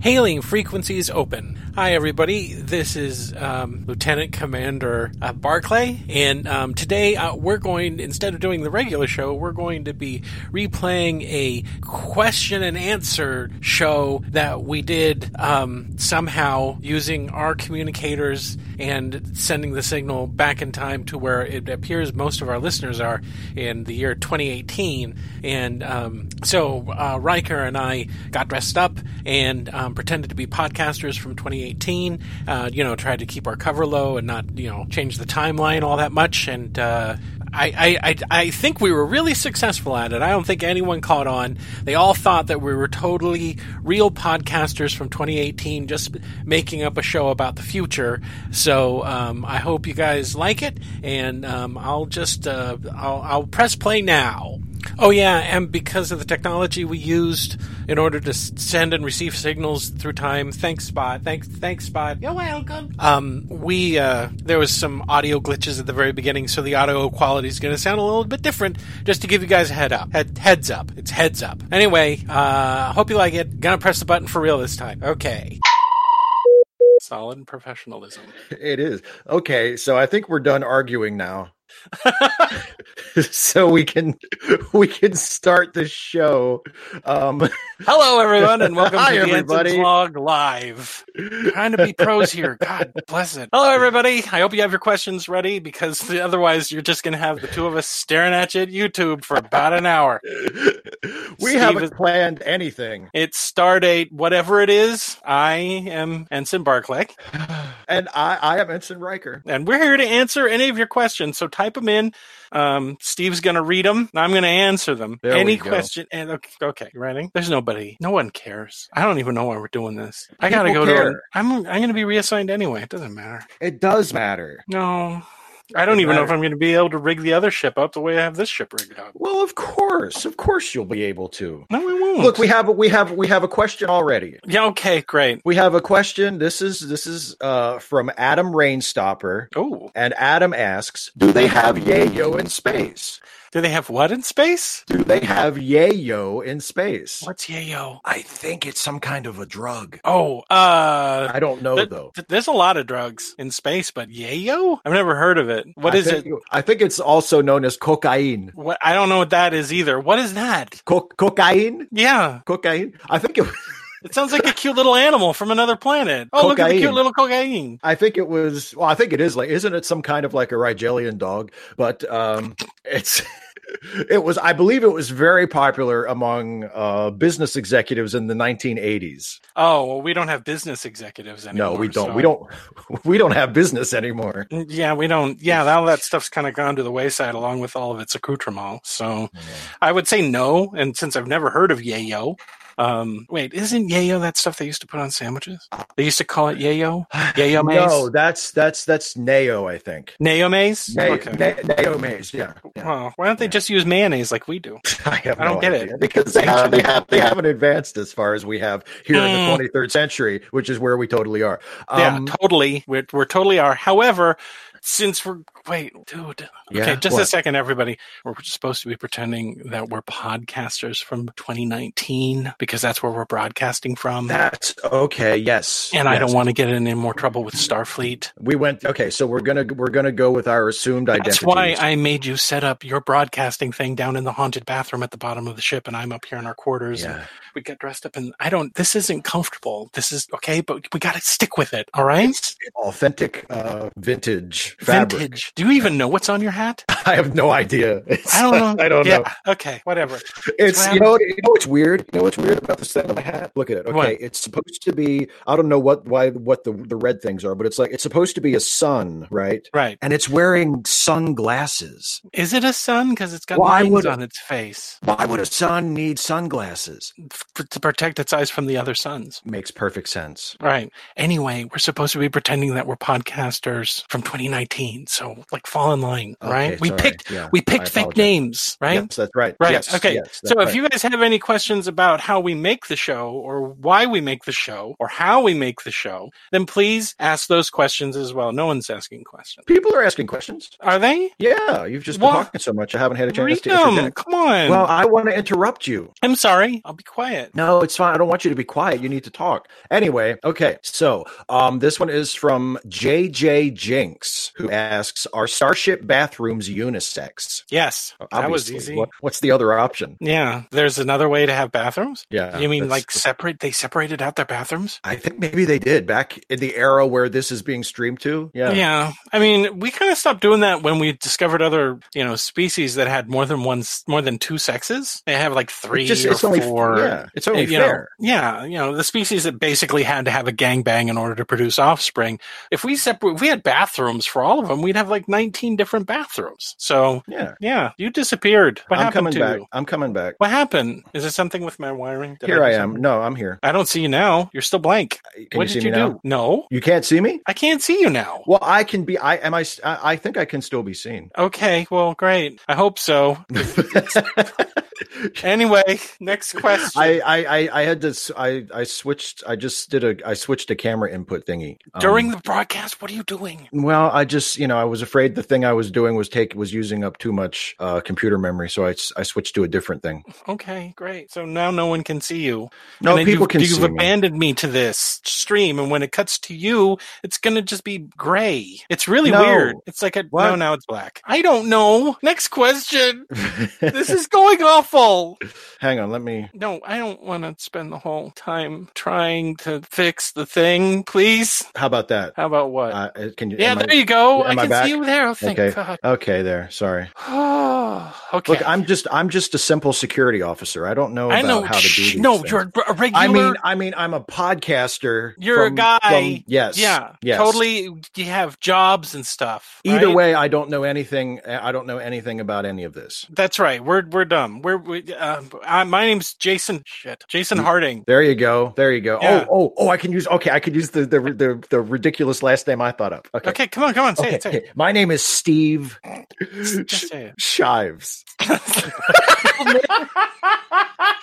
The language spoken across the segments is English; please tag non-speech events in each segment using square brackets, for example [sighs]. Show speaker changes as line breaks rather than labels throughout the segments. Hailing frequencies open. Hi, everybody. This is um, Lieutenant Commander uh, Barclay, and um, today uh, we're going, instead of doing the regular show, we're going to be replaying a question and answer show that we did um, somehow using our communicators and sending the signal back in time to where it appears most of our listeners are in the year 2018. And um, so uh, Riker and I got dressed up and um, pretended to be podcasters from 2018. Uh, you know, tried to keep our cover low and not you know change the timeline all that much. And uh, I, I, I, I think we were really successful at it. I don't think anyone caught on. They all thought that we were totally real podcasters from 2018, just making up a show about the future. So um, I hope you guys like it, and um, I'll just uh, I'll, I'll press play now. Oh yeah, and because of the technology we used in order to s- send and receive signals through time. Thanks, Spot. Thanks, thanks, Spot. You're welcome. Um, we uh, there was some audio glitches at the very beginning, so the audio quality is going to sound a little bit different. Just to give you guys a head up, head, heads up. It's heads up. Anyway, uh, hope you like it. Gonna press the button for real this time. Okay. Solid professionalism.
It is. Okay, so I think we're done
[laughs]
arguing now. [laughs] so we can we can start the show. Um [laughs]
Hello, everyone, and welcome
Hi,
to the
everybody.
Ensigns Log Live. Trying to be pros here. God bless it. Hello, everybody. I hope you have your questions ready because otherwise you're just going to have the two of us staring at you at YouTube for about an hour.
we
Steve
haven't
is-
planned anything.
It's Stardate, whatever it is. I am Ensign Barclay,
And I I am Ensign Riker.
and we're here to answer any of your questions. So type them in. Um, Steve's going to read them. and I'm going to answer them.
There
any
we go.
question? And okay, okay, you ready? There's nobody. No one cares. I don't even know why we're doing this. I got to go
People
to.
care.
an- I'm I'm going to be reassigned anyway. It doesn't matter.
It does matter.
No. I don't
Doesn't
even know if
matter.
I'm going to be able to rig the other ship up the way I have this ship rigged up.
Well, of course. Of course you'll be able to.
No, we won't.
Look, we have a, we have we have a question already.
yeah, okay, great.
We have a question. This is this is uh from Adam Rainstopper.
Oh,
And Adam asks, Do they have yayo in space?
do they have what in space?
Do they have yayo in space?
What's yayo?
I think it's some kind of a drug.
Oh, uh,
I don't know
th-
though.
th- there's a lot of drugs in space, but yayo? I've never heard of it. What is
I think,
it?
I think it's also known as cocaine.
What I don't know what that is either. What is that?
Co- cocaine?
Yeah,
Cocaine? I think it [laughs]
it sounds like a cute little animal from another planet. Oh, look at the
Cocaine.
cute little cocaine.
I think it was well, I think it is like isn't it some kind of like a Rigelian dog? But um it's [laughs] it was I believe it was very popular among uh business executives in the 1980s.
Oh, well, we don't have business executives anymore.
No, we don't.
so-
We don't we don't [laughs] have business anymore.
Yeah, we don't. Yeah, all that stuff's kind of gone to the wayside along with all of its accoutrements. So
Mm-hmm.
I would say no. And since I've never heard of yayo, um, wait, isn't yayo that stuff they used to put on sandwiches? They used to call it yayo?
[sighs]
Yayo maze?
No, that's that's that's Neo, I think.
Nayo maze?
Ne-
okay.
Ne- Neo Maze, yeah. yeah.
Well, why don't they just use mayonnaise like we do?
I, have
I don't
no
get it.
idea. because they have they have they haven't advanced as far as we have here
Mm.
in the 23rd century, which is where we totally are.
yeah,
Um,
totally. We're, we're totally are. However, since we're wait, dude.
Yeah,
okay, just a
what?
second, everybody. We're supposed to be pretending that we're podcasters from 2019 because that's where we're broadcasting from.
that's okay. Yes,
and I
yes.
don't want to get in any more trouble with Starfleet.
We went okay, so we're gonna we're gonna go with our assumed identity.
That's why I made you set up your broadcasting thing down in the haunted bathroom at the bottom of the ship, and I'm up here in our quarters. And
Yeah.
we get dressed up, and I don't. This isn't comfortable. This is okay, but we got to stick with it. All right.
Authentic, uh, vintage fabric.
Vintage. Do you even know what's on your hat?
[laughs] I have no idea. It's-
I don't know.
[laughs] I don't
yeah.
know.
Okay. Whatever.
It's
Wow.
you know what- you know what's weird. You know what's weird about the set of my hat. Look at it. Okay,
What?
it's supposed to be. I don't know what why what the the red things are, but it's like it's supposed to be a sun, right?
Right.
And it's wearing sunglasses.
Is it a sun? Because it's got
Why
lines
would-
on its face
Why would a sun need sunglasses?
f- to protect its eyes from the other suns.
Makes perfect sense.
Right. Anyway, we're supposed to be pretending that we're podcasters from 2019. So like fall in line,
Okay,
right? We
sorry.
picked
Yeah,
we
I
picked fake
apologize.
names, right?
Yes, that's right.
Right.
Yes,
okay.
yes, that's
so if
right.
you guys have any questions about how we make the show or why we make the show or how we make the show, then please ask those questions as well. No one's asking questions.
people are asking questions,
Are they?
yeah, you've just been
Well,
talking so much. I haven't had a chance
Read
to
them.
interject.
Come on.
Well, I want to interrupt you.
I'm sorry. I'll be quiet.
No, it's fine. I don't want you to be quiet. You need to talk. Anyway, okay. So, um, this one is from JJ Jinx, who asks, "Are starship bathrooms unisex?"
Yes. That was
Obviously.
easy.
What, what's the other option?
Yeah. There's another way to have bathrooms?
Yeah,
you mean
that's-
like separate? They separated out their bathrooms?
I think maybe they did back in the era where this is being streamed to. Yeah.
Yeah. I mean, we kind of stopped doing that when we discovered other, you know, species that had more than one, more than two sexes. They have like three
It's just-
or
it's only-
four.
yeah, it's only
you
fair.
Know, yeah. You know, the species that basically had to have a gangbang in order to produce offspring. If we separate, if we had bathrooms for all of them, we'd have like 19 different bathrooms. So
Yeah.
yeah, you disappeared. What
I'm
happened
coming
to
back.
you?
I'm coming back.
What happened? Is it something with my wiring? Did
Here
do
I
something?
am. No, I'm here.
I don't see you now. You're still blank.
Can
what
you
did
see
you
me
do?
now?
No,
You can't see me?
I can't see you now.
Well, I can be. I am. I. s- I I think I can still
[laughs]
be seen. [laughs]
Okay, well, great. I hope so. Anyway, next question.
I, I, I, I had to. s- I, I switched. I just did a. I switched a camera input thingy Um,
During the broadcast, what are you doing?
Well, I just you know I was afraid the thing I was doing was take was using up too much uh, computer memory, so I, s- I switched to a different thing.
Okay, great. So now no one can see you.
No,
And then
people
you've,
can
You've
see me.
abandoned me. to this stream, and when it cuts to you, it's going to just be gray. It's really
No.
weird. It's like a
What?
no, now it's black. I don't know. Next
[laughs]
question. this is going awful.
Hang on, let me.
No, I don't want to spend the whole time trying to fix the thing. Please.
How about that?
How about what?
Uh, uh, can you?
yeah,
am I-
there you go. I
am I
can
back?
see you there. Oh, thank
Okay.
God. [sighs]
okay, there. Sorry.
okay.
Look, I'm just I'm just a simple security officer. I don't know.
I
about
know.
how to do
shh,
these
no,
things.
you're a regular.
I mean, uh, I mean, I'm a podcaster.
You're a guy.
yes.
yeah,
Yes.
totally. You have jobs and stuff.
Either
right?
way, I don't know anything. I don't know anything about any of this.
That's right. We're we're dumb. We're we, uh, I, my name's Jason. Shit, Jason Harding.
There you go. There you go.
Yeah.
Oh, oh, oh! I can use. Okay, I could use the the the, the ridiculous last name I thought up. Okay.
Okay, come on, come on, say
Okay,
it, say it.
[laughs] okay. My name is Steve
Just say it.
Shives.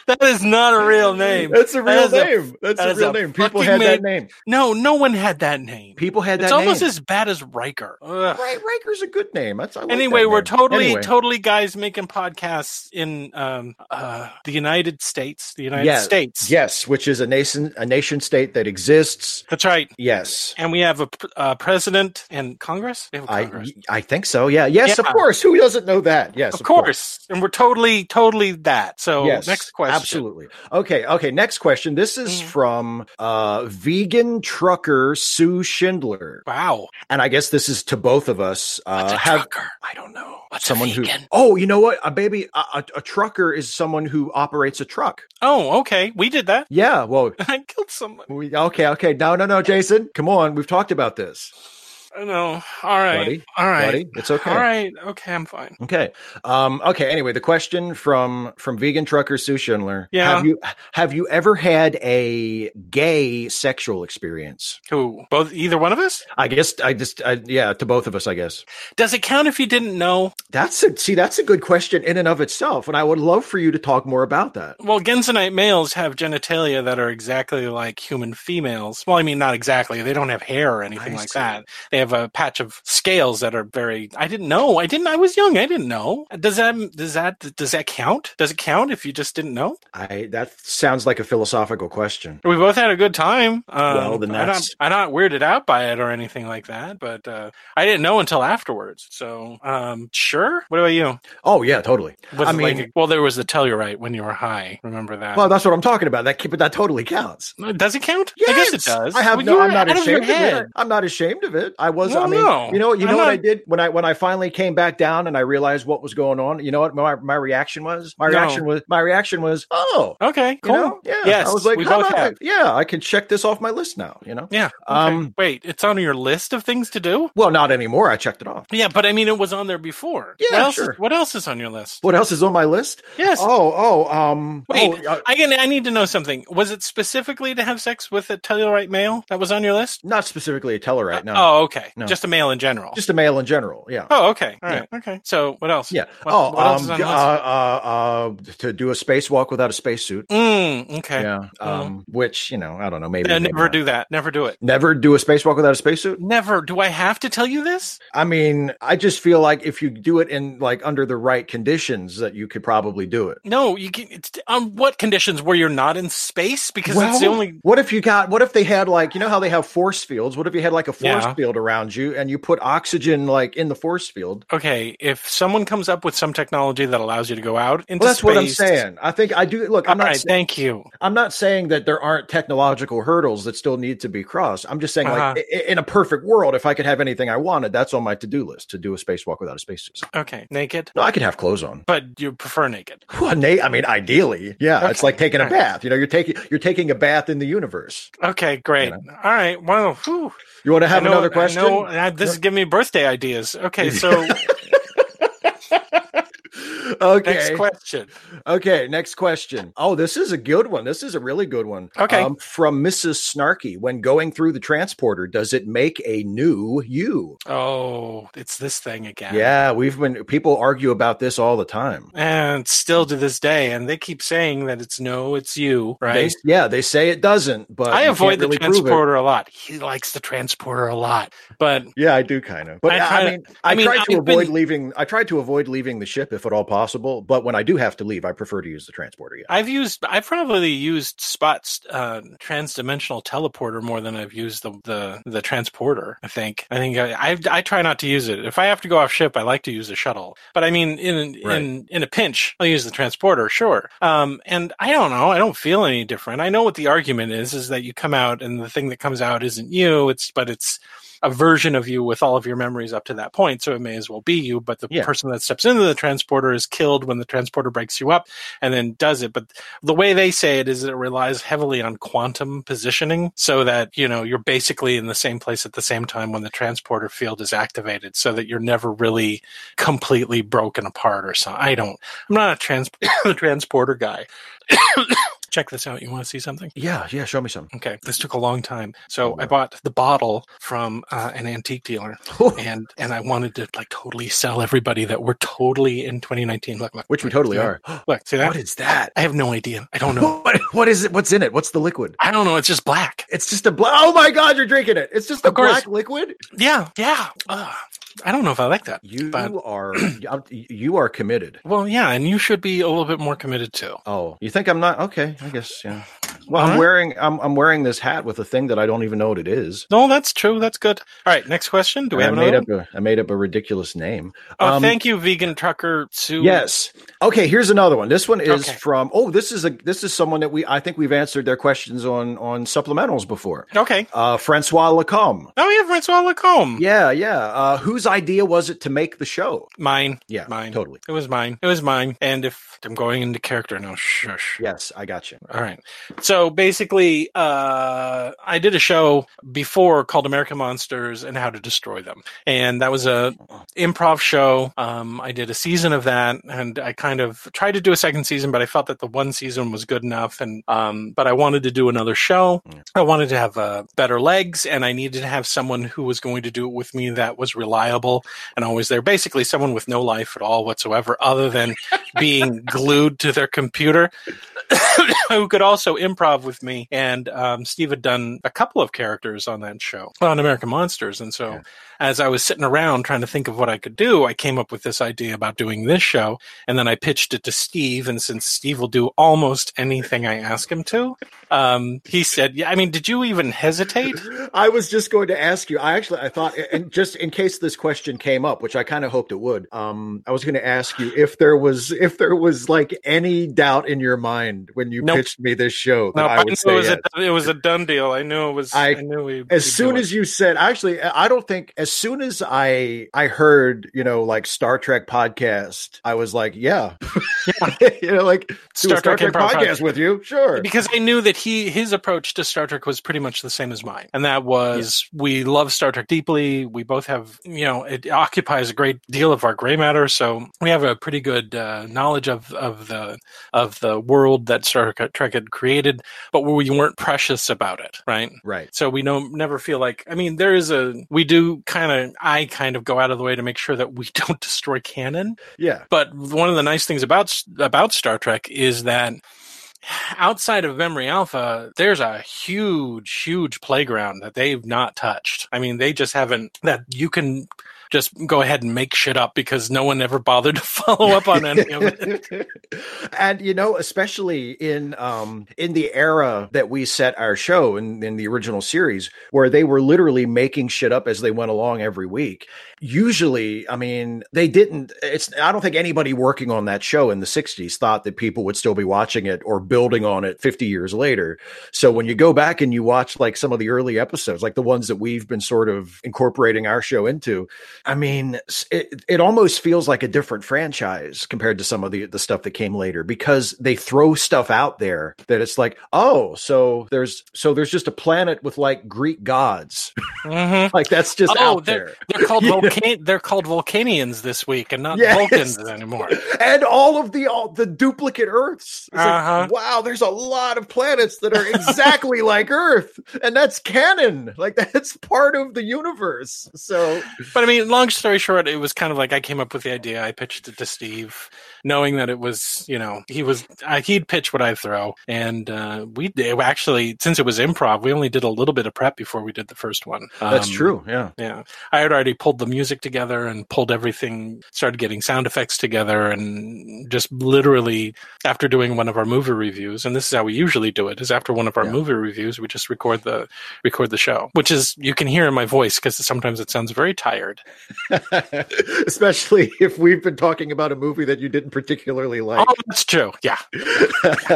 That is not a real name.
That's a
That
real
is a-
name. That's
that
a
is
real
a
name. People
fucking
had that
name.
name.
No, no one had that name.
People had that
It's almost
name.
as bad as Riker. Ugh.
right. Riker's a good name. That's I like
anyway
that
we're
name.
totally
Anyway.
totally guys making podcasts in um uh the united states the united
Yeah,
states
Yes, which is a nation a nation state that exists.
that's right
Yes.
and we have a pr- uh, president and congress we have a
I
congress
I think so. Yeah. Yes,
Yeah.
of course. Who doesn't know that? Yes,
of, course. and we're totally totally that so
yes.
next question
Absolutely. Okay. Okay. Next question. This is
Mhm.
from uh, vegan trucker Sue Schindler,
wow
and I guess this is to both of us.
what's
Uh,
a
have
trucker i don't know what's
someone
a
who?
vegan?
Oh, you know what? A baby. A, a, a trucker is someone who operates a truck.
oh okay we did that [laughs]
Yeah. Well.
i killed someone
We, okay. Okay. No. No. No. Jason, come on. We've talked about this,
i know all right
Buddy,
all right
buddy. It's okay.
all right okay i'm fine
Okay. Um, okay. Anyway, the question from from vegan trucker Sue Schindler.
Yeah.
Have you have you ever had a gay sexual experience?
who both either one of us
I guess I just I, yeah to both of us. I guess
does it count if you didn't know
that's a see that's a good question in and of itself, and I would love for you to talk more about that.
Well, Gensonite males have genitalia that are exactly like human females. Well, I mean, not exactly. They don't have hair or anything
I
like
see.
that. They have a patch of scales that are very. I didn't know. I didn't. I was young. I didn't know. Does that does that does that count? Does it count if you just didn't know?
I that sounds like a philosophical question.
We both had a good time. Um,
Well, then
I'm not,
that's-
I'm not weirded out by it or anything like that. But uh, I didn't know until afterwards. So um, sure. What about you?
Oh yeah, totally.
Was
I
it like
mean-
a- well, there was the Tellurite when you were high. Remember that?
Well, that's what I'm talking about. That but that totally counts.
Does it count? I guess it
Yes!
does.
I have
Well,
no.
you
I'm
were
not
out of your
ashamed of,
head.
it. I'm not ashamed of it. I was.
Well,
I mean,
no.
you know. You
I'm
know what I
not-
did when I when I finally came back down and I realized what was going on. You know what my, my reaction was? My
No.
reaction was my reaction was oh.
Okay,
You
cool.
know? Yeah.
Yes,
I was like,
we
how
both
about
have.
that? yeah, I can check this off my list now. You know.
Yeah. Um.
Um,
Wait, it's on your list of things to do.
Well, not anymore. I checked it off.
Yeah, but I mean, it was on there before.
Yeah,
What else,
sure.
What else is on your list?
What else is on my list?
Yes.
Oh, oh, um,
Wait,
oh, uh,
I can. I need to know something. Was it specifically to have sex with a Tellurite male that was on your list?
not specifically a Tellurite. No.
Oh, okay. Okay.
No.
Just a male in general.
Just a male in general. Yeah.
Oh, okay. All right. Okay. So what else?
Yeah.
What,
oh,
what else is on
um, uh,
the list?
uh, uh, to do a spacewalk without a spacesuit.
Mm, okay.
Yeah. Um, which you know, I don't know. Maybe
Yeah,
maybe
never
not.
do that. Never do it.
Never do a spacewalk without a spacesuit.
Never. Do I have to tell you this?
I mean, I just feel like if you do it in like under the right conditions, that you could probably do it.
No. You can. It's, on what conditions where you're not in space? Because that's the only.
what if you got? What if they had like you know how they have force fields? What if you had like a force
Yeah.
field around you and you put oxygen like in the force field?
Okay. If someone comes up with some technology that allows you to go out into
Well, that's
space,
what I'm saying. I think I do. Look, I'm
All
not.
right, Thank you.
I'm not saying that there aren't technological hurdles that still need to be crossed. I'm just saying,
Uh-huh.
like i- i- in a perfect world, if I could have anything I wanted, that's on my to do list to do a spacewalk without a spacesuit.
Okay. Naked.
No, I could have clothes on. [laughs]
But you prefer naked.
Well, Nate, I mean, ideally, yeah, it's
Okay.
like taking a
All right.
bath. You know, you're taking you're taking a bath in the universe.
Okay, great.
You
All right. Well, whew.
You want to have
I know-
another question?
I know, I- this is giving me birthday ideas. Okay, so
[laughs] okay.
next question.
Okay, next question. Oh, this is a good one. This is a really good one. Um,
Okay.
from Mrs. Snarky. When going through the transporter, does it make a new you?
Oh, it's this thing again.
Yeah, we've been people argue about this all the time.
And still to this day, and they keep saying that it's no, it's you,
They-
right?
yeah, they say it doesn't, but
I
you
avoid
can't
the
really prove it.
transporter a lot. He likes the transporter a lot, but
Yeah, I do kind of. But
I
I,
try to-
mean,
I
I,
mean,
try to
I've been-
avoid leaving. I try to avoid leaving the ship if at all possible. But when I do have to leave, I prefer to use the transporter. Yeah.
I've used I've probably used Spot's uh, transdimensional teleporter more than I've used the the, the transporter. I think I think I, I I try not to use it. If I have to go off ship, I like to use the shuttle. But I mean, in in
Right.
in a pinch, I'll use the transporter, sure. Um, and I don't know. I don't feel any different. I know what the argument is: is that you come out and the thing that comes out isn't you. It's but it's a version of you with all of your memories up to that point, so it may as well be you. But the
Yeah.
person that steps into the transporter is killed when the transporter breaks you up and then does it. But the way they say it is it relies heavily on quantum positioning so that, you know, you're basically in the same place at the same time when the transporter field is activated so that you're never really completely broken apart or something. I don't, I'm not a trans- [coughs] transporter guy. [coughs] Check this out. You want to see something?
Yeah, yeah. Show me [laughs] some.
Okay, this took a long time. So I bought the bottle from uh, an antique dealer, and and I wanted to like totally sell everybody that we're totally in 2019. Look, look,
Which we totally are.
Look, see that?
[gasps] What is that?
I have no idea. I don't
[laughs]
know.
What, what is it? What's in it? What's the liquid?
I don't know. It's just black.
It's just a black. Oh my god, you're drinking it. It's just a
Of course.
black liquid.
Yeah, yeah. Ugh. I don't know if I like that.
You
But- [clears throat]
are you are committed.
Well, yeah, and you should be a little bit more committed too.
Oh, you think I'm not? Okay, I guess. Yeah. Well,
Huh?
I'm wearing I'm I'm wearing this hat with a thing that I don't even know what it is.
No, that's true. That's good. All right, next question. Do we
I
have
made
another? one?
up a, I made up a ridiculous name.
Oh,
um,
thank you, vegan trucker Sue.
Yes. Okay. Here's another one. This one is
Okay.
from. Oh, this is a this is someone that we I think we've answered their questions on on supplementals before.
Okay.
Uh, Francois Lacombe.
Oh, yeah, Francois Lacombe.
Yeah, yeah. Uh, whose idea was it to make the show?
Mine.
Yeah,
Mine.
totally.
It was mine. It was mine. And if I'm going into character now, shush.
Yes, I got you.
All right. So basically, uh, I did a show before called American Monsters and How to Destroy Them, and that was a improv show. Um, I did a season of that, and I kind of tried to do a second season, but I felt that the one season was good enough, and um, but I wanted to do another show. I wanted to have uh, better legs, and I needed to have someone who was going to do it with me that was reliable and always there. Basically, someone with no life at all whatsoever, other than being glued to their computer who could also improv with me. And um, Steve had done a couple of characters on that show on American Monsters. And so, as I was sitting around trying to think of what I could do, I came up with this idea about doing this show. And then I pitched it to Steve. And since Steve will do almost anything I ask him to, um, he said, "Yeah, I mean, did you even
[laughs]
hesitate?"
I was just going to ask you. I actually I thought, and just in case this question came up, which I kind of hoped it would, um, I was going to ask you if there was if there was like any doubt in your mind when you
Nope.
pitched me this show that
No,
I
I,
would
knew
say
it was [laughs]
yes.
a it was a done deal. I knew it was. I,
I-
knew we.
as soon as you said actually i don't think as soon as i i heard you know like star trek podcast i was like
[laughs]
yeah, [laughs] you know like do a
Star
star,
Trek
trek,
improv
podcast
podcast.
with you sure
because I knew that he his approach to Star Trek was pretty much the same as mine, and that was we love Star Trek deeply. We both have you know it occupies a great deal of our gray matter, so we have a pretty good uh, knowledge of of the of the world that Star Trek had created, but we weren't precious about it, right?
Right.
So we don't never feel like I mean there is a we do kind of I kind of go out of the way to make sure that we [laughs] don't destroy canon.
Yeah.
But one of the nice things about about Star Trek is that outside of memory alpha there's a huge huge playground that they've not touched i mean they just haven't that you can just go ahead and make shit up because no one ever bothered to [laughs] follow up on any of
[laughs]
it.
and you know, especially in um in the era that we set our show in, in the original series, where they were literally making shit up as they went along every week. Usually, I mean, they didn't it's I don't think anybody working on that show in the 60s thought that people would still be watching it or building on it 50 years later. So when you go back and you watch like some of the early episodes, like the ones that we've been sort of incorporating our show into, I mean, it, it almost feels like a different franchise compared to some of the, the stuff that came later because they throw stuff out there that it's like, oh, so there's so there's just a planet with like Greek gods, [laughs] mm-hmm. like that's just oh, out
they're,
there.
They're called Vulcan- they're called Vulcanians this week and not yes. Vulcans anymore.
And all of the all the duplicate Earths. Uh-huh. Like, wow, there's a lot of planets that are exactly [laughs] like Earth, and that's canon. Like [laughs] that's part of the universe. So,
but I mean long story short, it was kind of like I came up with the idea. I pitched it to Steve, knowing that it was, you know, he was I, he'd pitch what I'd throw, and uh, we actually since it was improv, we only did a little bit of prep before we did the first one.
Um, That's true. Yeah,
yeah. I had already pulled the music together and pulled everything, started getting sound effects together, and just literally after doing one of our movie reviews, and this is how we usually do it: is after one of our yeah. movie reviews, we just record the record the show, which is you can hear in my voice because sometimes it sounds very tired.
[laughs] especially if we've been talking about a movie that you didn't particularly like.
Oh, that's true. Yeah.
[laughs]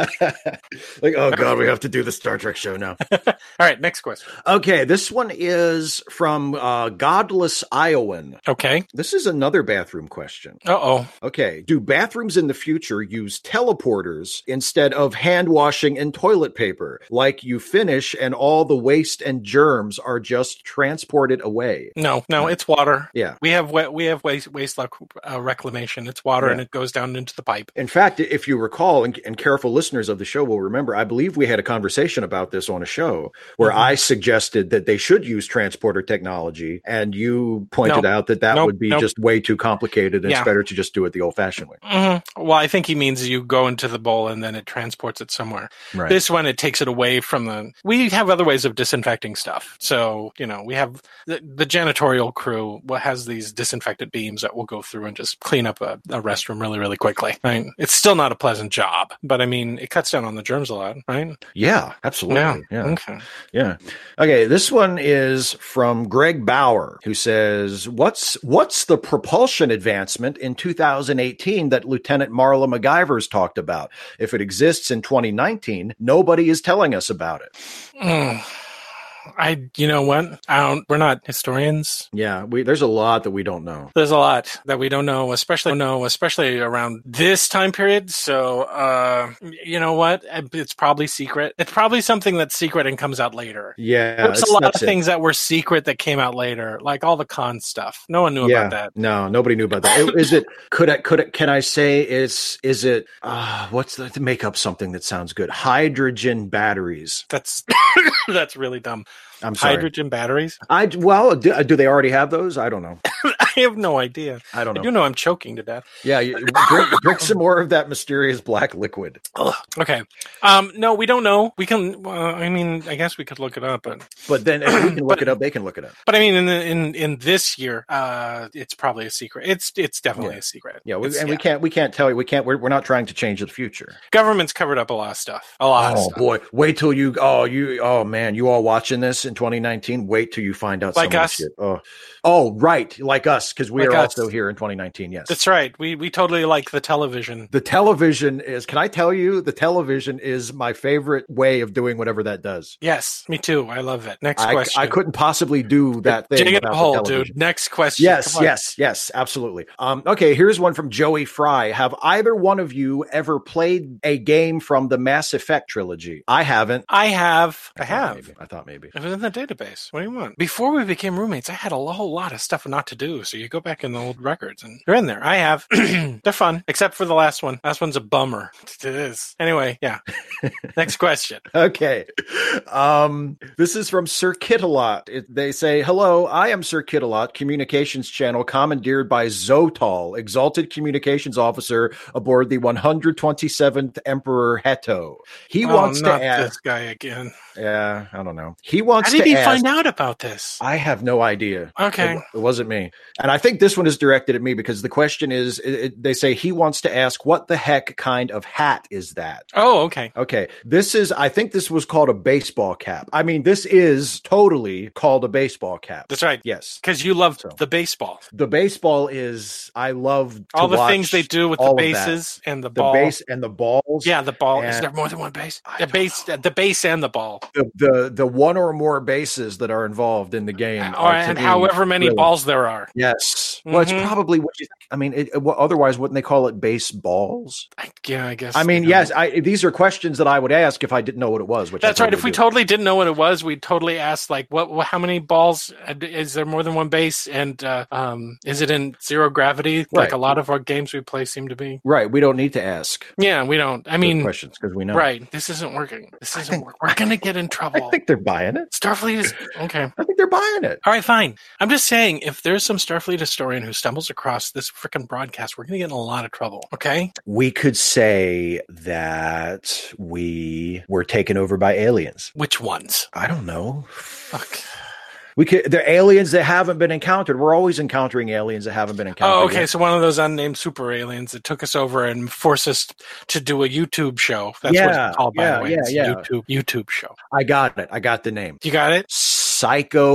like, oh god, we have to do the Star Trek show now.
All right, next question.
Okay, this one is from uh, Godless Iowan.
Okay.
This is another bathroom question.
Uh oh.
Okay. Do bathrooms in the future use teleporters instead of hand washing and toilet paper? Like you finish and all the waste and germs are just transported away.
No, no, it's water.
Yeah,
we have we, we have waste waste uh, reclamation. It's water yeah. and it goes down into the pipe.
In fact, if you recall, and, and, careful listeners of the show will remember, I believe we had a conversation about this on a show where mm-hmm. I suggested that they should use transporter technology, and you pointed no. out that that nope. would be nope. just way too complicated. And yeah. It's better to just do it the old-fashioned way.
Mm-hmm. Well, I think he means you go into the bowl and then it transports it somewhere. Right. This one, it takes it away from the. We have other ways of disinfecting stuff, so you know we have the, the janitorial crew has these disinfectant beams that will go through and just clean up a, a restroom really, really quickly. Right? It's still not a pleasant job, but I mean, it cuts down on the germs a lot, right?
Yeah, absolutely. Yeah. yeah.
Okay.
Yeah. Okay. This one is from Greg Bauer, who says, "What's what's the propulsion advancement in 2018 that Lieutenant Marla MacGyver's talked about? If it exists in 2019, nobody is telling us about it."
Mm. [sighs] I, you know what? I don't, we're not historians.
Yeah, we, there's a lot that we don't know.
There's a lot that we don't know, especially know, especially around this time period. So, uh, you know what? It's probably secret. It's probably something that's secret and comes out later.
Yeah,
there's a lot of things it. that were secret that came out later, like all the con stuff. No one knew
yeah,
about that.
No, nobody knew about that. is it? Could I? Could it? Can I say? Is is it? Uh, what's the, to make up something that sounds good? Hydrogen batteries.
That's [coughs] that's really dumb.
I'm sorry.
Hydrogen batteries? [laughs]
I well, do, do they already have those? I don't know.
I have no idea.
I don't know.
I do know I'm choking to death.
Yeah, you, [laughs] drink, drink, some more of that mysterious black liquid.
Ugh. Okay. Um, no, we don't know. We can. Uh, I mean, I guess we could look it up, but
but then if we can look but, it up, they can look it up.
But I mean, in the, in in this year, uh, it's probably a secret. It's it's definitely
yeah. a
secret.
Yeah, we,
it's,
and yeah. we can't we can't tell you. We can't. We're, we're not trying to change the future.
Government's covered up a lot of stuff. A lot.
Oh boy, wait till you. Oh you. Oh man, you all watching this in 2019. Wait till you find out.
Like us.
Oh. oh, right. Like us, because we like are us. also here in 2019. Yes,
that's right. We we totally like the television.
The television is. Can I tell you? The television is my favorite way of doing whatever that does.
Yes, me too. I love it. Next
I,
question.
I couldn't possibly do that thing.
Dig a hole, dude. Next question.
Yes, yes, yes. Absolutely. Um. Okay. Here's one from Joey Fry. Have either one of you ever played a game from the Mass Effect trilogy? I haven't.
I have. I, I have.
Maybe. [laughs] I thought maybe
it was in the database. What do you want? Before we became roommates, I had a whole lot of stuff not to do. So So you go back in the old records and they're in there. I have. [clears throat] they're fun, except for the last one. Last one's a bummer. [laughs] It is. Anyway,
[laughs]
yeah. Next question.
Okay. Um, this is from Sir Kittalot. It, they say, Hello, I am Sir Kittalot, communications channel commandeered by Zotal, exalted communications officer aboard the 127th Emperor Heto. He
Oh,
wants to
not
ask.
this guy again.
Yeah, I don't know. He wants
How did
to
he
ask.
find out about this?
I have no idea.
Okay.
It, it wasn't me. And I think this one is directed at me because the question is it, it- they say he wants to ask, what the heck kind of hat is that?
Oh, okay.
Okay. This is, I think this was called a baseball cap. I mean, this is totally called a baseball cap.
That's right.
Yes.
Because you love
So.
the baseball.
The baseball is, I love to
All the things
watch
they do with
all
the
of that.
bases and the
The
ball.
base and the balls.
Yeah, the ball. Is
and-
there more than one base?
I
The
don't
base, the base, and the ball,
The, the the one or more bases that are involved in the game.
Uh, or
are to
and
me
however many
really-
balls there are.
Yes. Well, it's
Mhm.
probably what you think. I mean, it, it- well, otherwise, wouldn't they call it baseballs?
I, yeah, I guess.
I mean,
they
yes.
don't.
I, these are questions that I would ask if I didn't know what it was. Which I
That's right. If we
do.
totally didn't know what it was, we'd totally ask like, what, what how many balls uh, is there more than one base and uh, um is it in zero gravity like
Right.
a lot of our games we play seem to be?
right, we don't need to ask
Yeah, we don't. I
those
mean,
questions because we know.
right. This isn't working. This isn't
think-
work. We're going to get in
I
trouble.
think they're buying it.
Starfleet
[laughs]
is okay.
I think they're buying it.
All right, fine. I'm just saying, if there's some Starfleet historian who stumbles across this freaking broadcast, we're going to get in a lot of trouble. Okay?
We could say that we were taken over by aliens.
Which ones? Oh,
I don't know.
Fuck.
We could. They're aliens that haven't been encountered. We're always encountering aliens that haven't been encountered.
Oh, okay.
yet.
So one of those unnamed super aliens that took us over and forced us to do a YouTube show. That's what
Yeah,
it's called, by
yeah,
the way.
yeah,
It's a
yeah.
YouTube YouTube show.
I got it. I got the name.
You got it?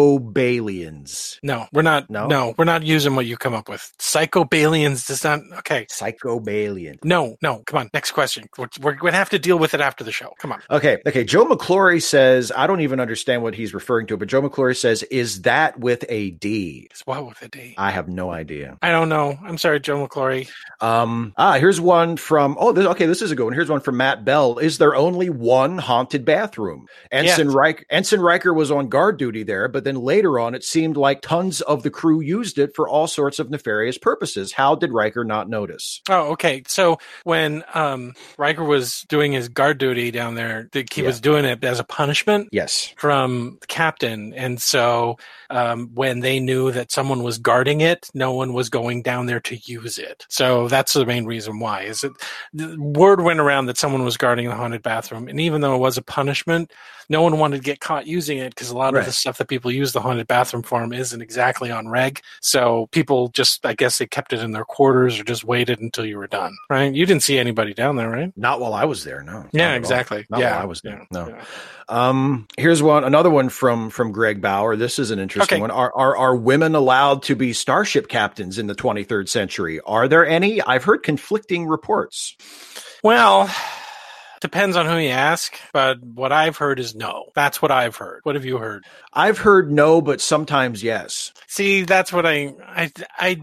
Psychobalians.
No, we're not. No,
No?
we're not using what you come up with. Psychobalians does not. Okay.
Psychobalian.
No, no. Come on. Next question. We're, we're going to have to deal with it after the show. Come on.
Okay. Okay. Joe McClory says, I don't even understand what he's referring to, but Joe McClory says, is that with a D?
It's what with a D.
I have no idea.
I don't know. I'm sorry, Joe McClory.
Um, ah, here's one from, oh, this, okay. This is a good one. Here's one from Matt Bell. Is there only one haunted bathroom? Ensign, Reich, Ensign Riker was on guard duty there, but then later on, it seemed like tons of the crew used it for all sorts of nefarious purposes. How did Riker not notice?
Oh, okay. So when um Riker was doing his guard duty down there, the, he
Yeah.
was doing it as a punishment
Yes.
from the captain. And so um when they knew that someone was guarding it, no one was going down there to use it. So that's the main reason why. Is it the word went around that someone was guarding the haunted bathroom, and even though it was a punishment, no one wanted to get caught using it because a lot of the
Right.
stuff that people use the haunted bathroom for 'em isn't exactly on reg. So people just, I guess, they kept it in their quarters or just waited until you were done. Right? You didn't see anybody down there, right?
Not while I was there. No. Not at
Yeah,
all.
exactly.
Not
yeah,
while I was there.
Yeah.
No.
Yeah.
Um, here's one, another one from from Greg Bauer. This is an interesting
Okay.
one. Are, are are women allowed to be starship captains in the 23rd century? Are there any? I've heard conflicting reports.
Well, depends on who you ask, but what I've heard is no. That's what I've heard. What have you heard?
I've heard no, but sometimes yes.
See, that's what I I I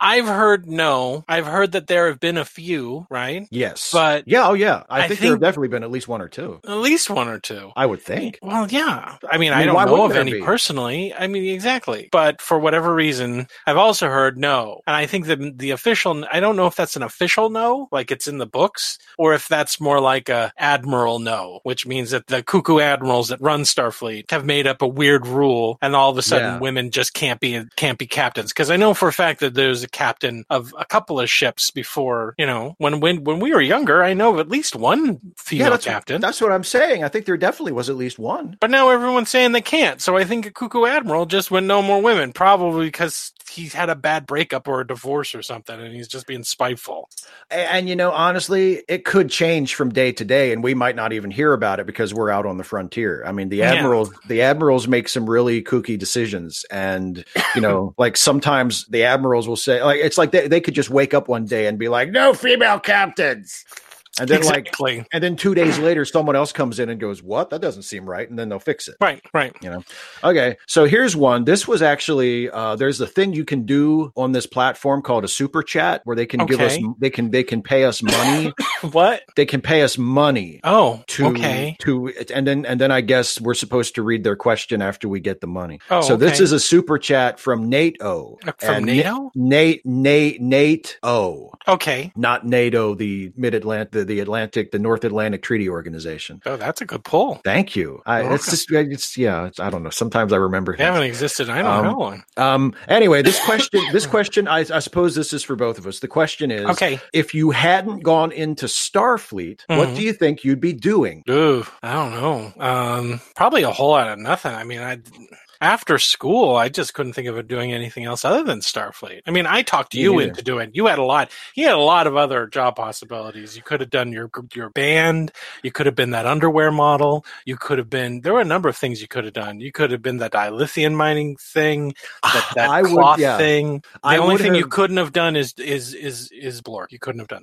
I've heard no. I've heard that there have been a few, right?
Yes.
But-
yeah, oh yeah. I,
I
think, there have
think-
definitely been at least one or two.
At least one or two.
I would think.
Well, yeah. I mean,
I
I,
mean, why
don't know
wouldn't
of
there
any
be?
personally. I mean, exactly. But for whatever reason, I've also heard no. And I think the the official I don't know if that's an official no, like it's in the books, or if that's more like a admiral no, which means that the cuckoo admirals that run Starfleet have made up a weird rule and all of a sudden
Yeah.
women just can't be can't be captains because I know for a fact that there's a captain of a couple of ships before, you know, when when when we were younger, I know of at least one female
yeah, that's
captain.
That's what I'm saying. I think there definitely was at least one.
But now everyone's saying they can't. So I think a cuckoo admiral just went no more women, probably because he's had a bad breakup or a divorce or something, and he's just being spiteful.
A- And, you know, honestly, it could change from day to day, and we might not even hear about it because we're out on the frontier. I mean, the
Yeah.
admirals, the admirals make some really kooky decisions, and
[laughs]
you know, like sometimes the admirals will say, like, it's like they, they could just wake up one day and be like, "No female captains." And then
exactly.
like and then two days later someone else comes in and goes, What? That doesn't seem right. And then they'll fix it.
Right,
[laughs]
right.
You know? Okay. So here's one. This was actually uh there's a thing you can do on this platform called a super chat where they can give us
Okay.
they can they can pay us money.
What?
they can pay us money
Oh,
to
okay.
to and then and then I guess we're supposed to read their question after we get the money.
Oh,
so this
okay.
is a super chat from Nate O.
Uh, From
And
NATO?
Nate Nate Nate O.
Okay.
Not NATO, the Mid Atlantic, the, the Atlantic, the North Atlantic Treaty Organization.
Oh, that's a good pull.
Thank you. I, it's
welcome.
just, it's yeah. It's, I don't know. Sometimes I remember.
They
things.
haven't existed. I don't know
Um,
how long.
Um. Anyway, this question.
[laughs]
this question. I, I suppose this is for both of us. The question is:
Okay.
If you hadn't gone into Starfleet, what
Mhm.
do you think you'd be doing?
Ooh, I don't know. Um, probably a whole lot of nothing. I mean, I after school, I just couldn't think of doing anything else other than Starfleet. I mean, I talked
Me
you
neither.
into doing. You had a lot. You had a lot of other job possibilities. You could have done your your band. You could have been that underwear model. You could have been. There were a number of things you could have done. You could have been that dilithium mining thing.
[sighs] [laughs]
That, that
I would-
cloth
yeah.
thing. The
I
only
would
thing you
have-
couldn't have done is is is is Blork. You couldn't have done.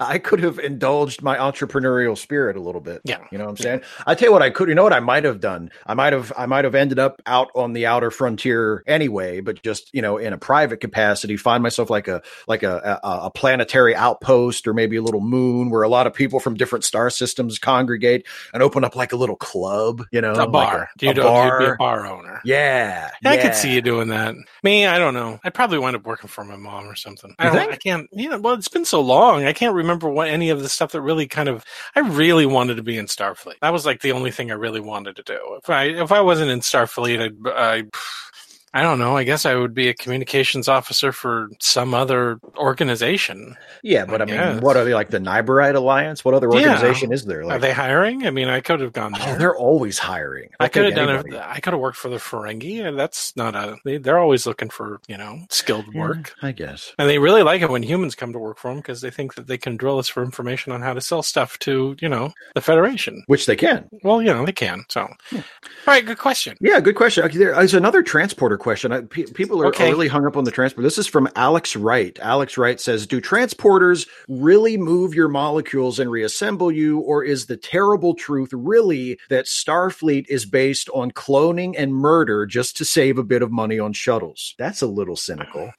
I could have indulged my entrepreneurial spirit a little bit.
Yeah.
You know what I'm saying? I tell you what I could you know what I might have done? I might have I might have ended up out on the outer frontier anyway, but just, you know, in a private capacity, find myself like a like a a, a planetary outpost or maybe a little moon where a lot of people from different star systems congregate and open up like a little club, you know,
a bar.
Like
You'd-
a, a
You'd be
bar.
a bar owner.
Yeah.
I
yeah.
could see you doing that. Me, I don't know. I'd probably wind up working for my mom or something. I,
You
don't,
think?
I can't. Yeah, well, it's been so long. I can't remember what any of the stuff that really kind of. I really wanted to be in Starfleet. That was like the only thing I really wanted to do. If I if I wasn't in Starfleet, I'd. I, I don't know. I guess I would be a communications officer for some other organization.
Yeah, but I, mean,
Yes.
what are they like the Niberite Alliance? What other
Yeah.
organization is there? Like
Are they hiring? I mean, I could have gone
Oh,
there.
they're always hiring.
I could have
think
done
anybody-
it. I could have worked for the Ferengi. and That's not a. They, they're always looking for you know skilled work.
I guess.
And they really like it when humans come to work for them because they think that they can drill us for information on how to sell stuff to, you know, the Federation.
Which they can.
Well, you know, they can. So, all right, good question.
Yeah, good question. Okay, there is another transporter question. I, pe- people are, are
Okay.
really hung up on the transport. This is from Alex Wright. Alex Wright says, "Do transporters really move your molecules and reassemble you, or is the terrible truth really that Starfleet is based on cloning and murder just to save a bit of money on shuttles?" That's a little
[sighs]
cynical.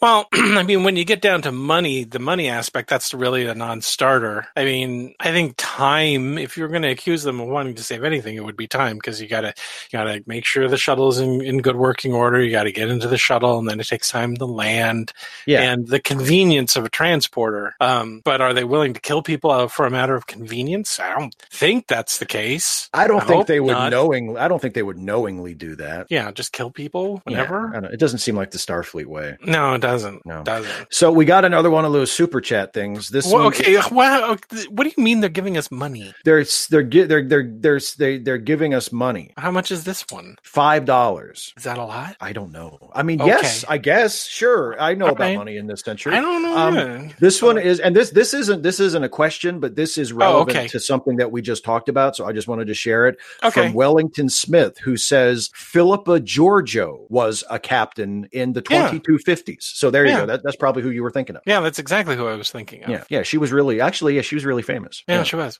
Well, [clears throat] I mean, when you get down to money, the money aspect, that's really a non starter. I mean, I think time, if you're going to accuse them of wanting to save anything, it would be time because you got to you got to make sure the shuttle's in, in good working order. You got to get into the shuttle and then it takes time to land.
Yeah,
and the convenience of a transporter. Um, but are they willing to kill people uh, for a matter of convenience? I don't think that's the case.
I don't
I
think
hope
they would
not.
knowing. I don't think they would knowingly do that.
Yeah, just kill people
Yeah,
whenever.
I don't- it doesn't seem like the Starfleet way.
No, it doesn't.
No.
Doesn't.
So we got another one of those super chat things. This
Well,
one,
okay. Wow. What do you mean they're giving us money?
they're they're gi- they're they're they're they- they're giving us money
How much is this one?
five dollars.
Is that a lot?
I don't know. I mean,
Okay.
yes, I guess, sure. I know about
Okay.
money in this century.
I don't know.
Um,
yeah.
This one is, and this this isn't this isn't a question, but this is relevant
okay.
to something that we just talked about. So I just wanted to share it
Okay.
from Wellington Smith, who says Philippa Giorgio was a captain in the
Yeah.
2250s. So there you
Yeah.
go. That, that's probably who you were thinking of.
yeah, that's exactly who I was thinking of.
Yeah, yeah, she was really actually, yeah, she was really famous.
Yeah, she was.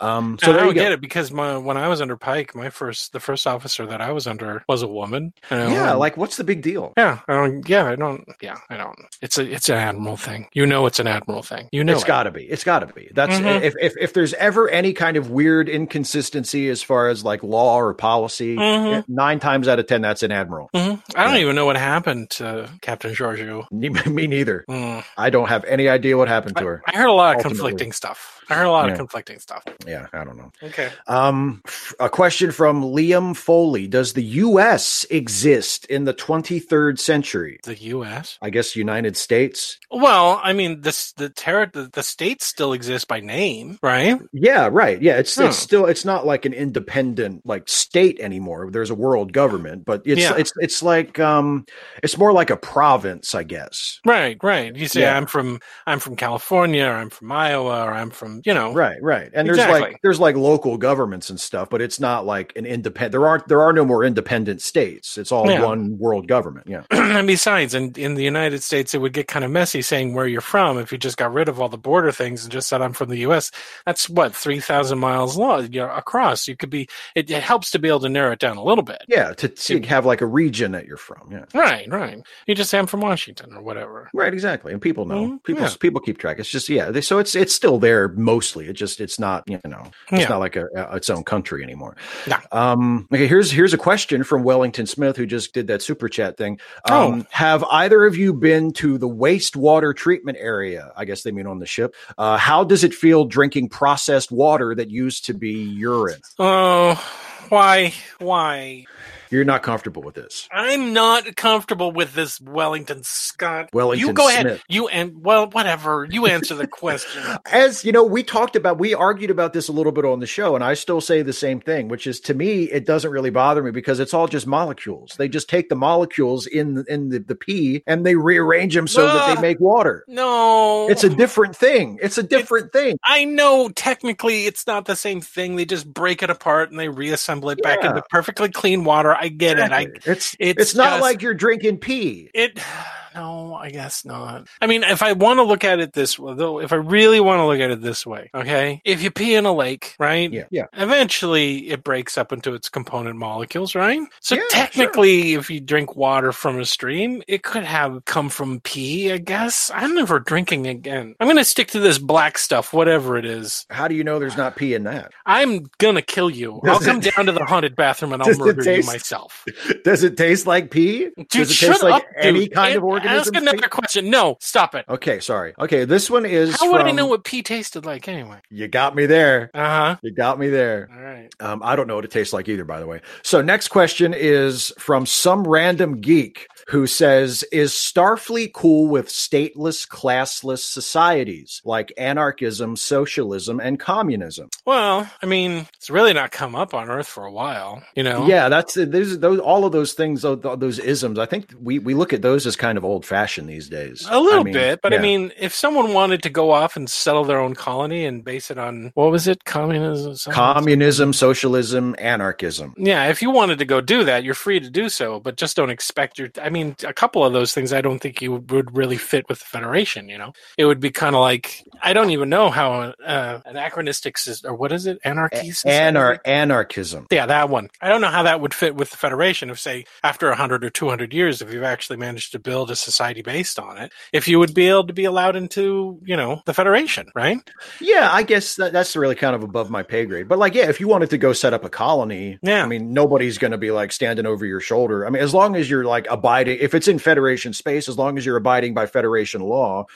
Um,
So
so there
I
you
don't
go.
get it because my when I was under Pike, my first the first officer that I was under was a woman. and-
Yeah, like what's the big deal?
Yeah, I don't. Yeah, I don't. Yeah, I don't. It's a it's an admiral thing. You know, it's an admiral thing. You know,
it's
it.
got to be. It's got to be. That's
Mhm.
if, if if there's ever any kind of weird inconsistency as far as like law or policy,
Mhm.
yeah, nine times out of ten, that's an admiral.
Mhm. I don't
Yeah.
even know what happened to Captain Giorgio.
Me [laughs] me neither.
Mm.
I don't have any idea what happened
I,
to her.
I heard a lot of
Ultimately.
conflicting stuff. I heard a lot
Yeah.
of conflicting stuff.
Yeah, I don't know.
Okay.
Um, f- a question from Liam Foley: Does the U.S. exist in the 23rd century?
The U.S.
I guess United States.
Well, I mean, this the terror the, the states still exist by name, right?
Yeah, right. Yeah, it's
Huh.
it's still it's not like an independent like state anymore. There's a world government, but it's
Yeah.
it's it's like um it's more like a province, I guess.
Right, right. You say
Yeah.
I'm from I'm from California, or I'm from Iowa, or I'm from you know
right right and there's
Exactly.
like there's like local governments and stuff but it's not like an independent there aren't there are no more independent states it's all
Yeah.
one world government yeah
[clears throat] and besides, in, in the United States, it would get kind of messy saying where you're from if you just got rid of all the border things and just said I'm from the U.S. That's what three thousand miles long you know, across. You could be. It, it helps to be able to narrow it down a little bit.
yeah to, to have like a region that you're from yeah
Right, right. You just say I'm from Washington or whatever.
right exactly and people know
Mhm,
people
yeah.
people keep track it's just yeah they, so it's it's still there mostly it just it's not you know it's
Yeah.
not like a, a- its own country anymore
No.
um okay here's here's a question from wellington smith who just did that super chat thing um
Oh.
have either of you been to the wastewater treatment area i guess they mean on the ship uh how does it feel drinking processed water that used to be urine
Oh, why, why?
you're not comfortable with this
I'm not comfortable with this Wellington Scott.
Wellington
you go ahead.
Smith.
You and well, whatever. You answer the
[laughs]
question.
as you know, we talked about, we argued about this a little bit on the show, and I still say the same thing, which is to me, it doesn't really bother me because it's all just molecules. They just take the molecules in in the, the pee and they rearrange them so that they
Ah.
make water.
No,
It's a different thing. It's a different thing.
I know technically it's not the same thing. They just break it apart and they reassemble it back
Yeah.
into perfectly clean water. I get it. I
it's it's,
it's
not
just-
like you're drinking pee.
it [sighs] no, I guess not. I mean, if I want to look at it this way, though, if I really want to look at it this way, okay, if you pee in a lake, right?
Yeah, yeah.
Eventually, it breaks up into its component molecules, right? So
Yeah,
technically, if you drink water from a stream, it could have come from pee. I guess I'm never drinking again. I'm gonna stick to this black stuff, whatever it is.
How do you know there's not pee
[sighs]
in that?
I'm gonna kill you.
Does
I'll come
it-
down to the haunted bathroom and I'll
[laughs] Does it
murder you
taste-
myself.
Does it taste like pee?
Dude,
Does it
shut
taste like
up,
any
dude.
kind of
And
organism?
Ask another question. No, stop it.
Okay, sorry. Okay, Oh, this one is.
How would I
from-
know what pee tasted like anyway?
You got me there.
Uh huh.
You got me there.
All right.
Um, I don't know what it tastes like either, by the way. So, next question is from some random geek who says Is Starfleet cool with stateless, classless societies like anarchism, socialism, and communism?
Well, I mean, it's really not come up on Earth for a while, you know.
Yeah, that's those, those all of those things, tho- tho- those isms. I think we, we look at those as kind of old fashioned these days.
A little
I mean,
bit, but
yeah.
I mean, if someone wanted to go off and settle their own colony and base it on what was it, communism? something?
communism, socialism, anarchism.
Yeah, if you wanted to go do that, you're free to do so, but just don't expect your. I mean, a couple of those things I don't think you would really fit with the Federation. You know, it would be kind of like I don't even know how uh, anachronistic sys- or what is it, anarchy? society?
Anar- anarchism.
yeah, that one. I don't know how that would fit with the Federation. If say after 100 or 200 years, if you've actually managed to build a society based on it, if you would be able to be allowed into, you know, the Federation, right?
Yeah, I guess that, that's really kind of above my pay grade. But like, yeah, if you wanted to go set up a colony,
Yeah.
I mean, nobody's going to be like standing over your shoulder. I mean, as long as you're like abiding, if it's in Federation space, as long as you're abiding by Federation law,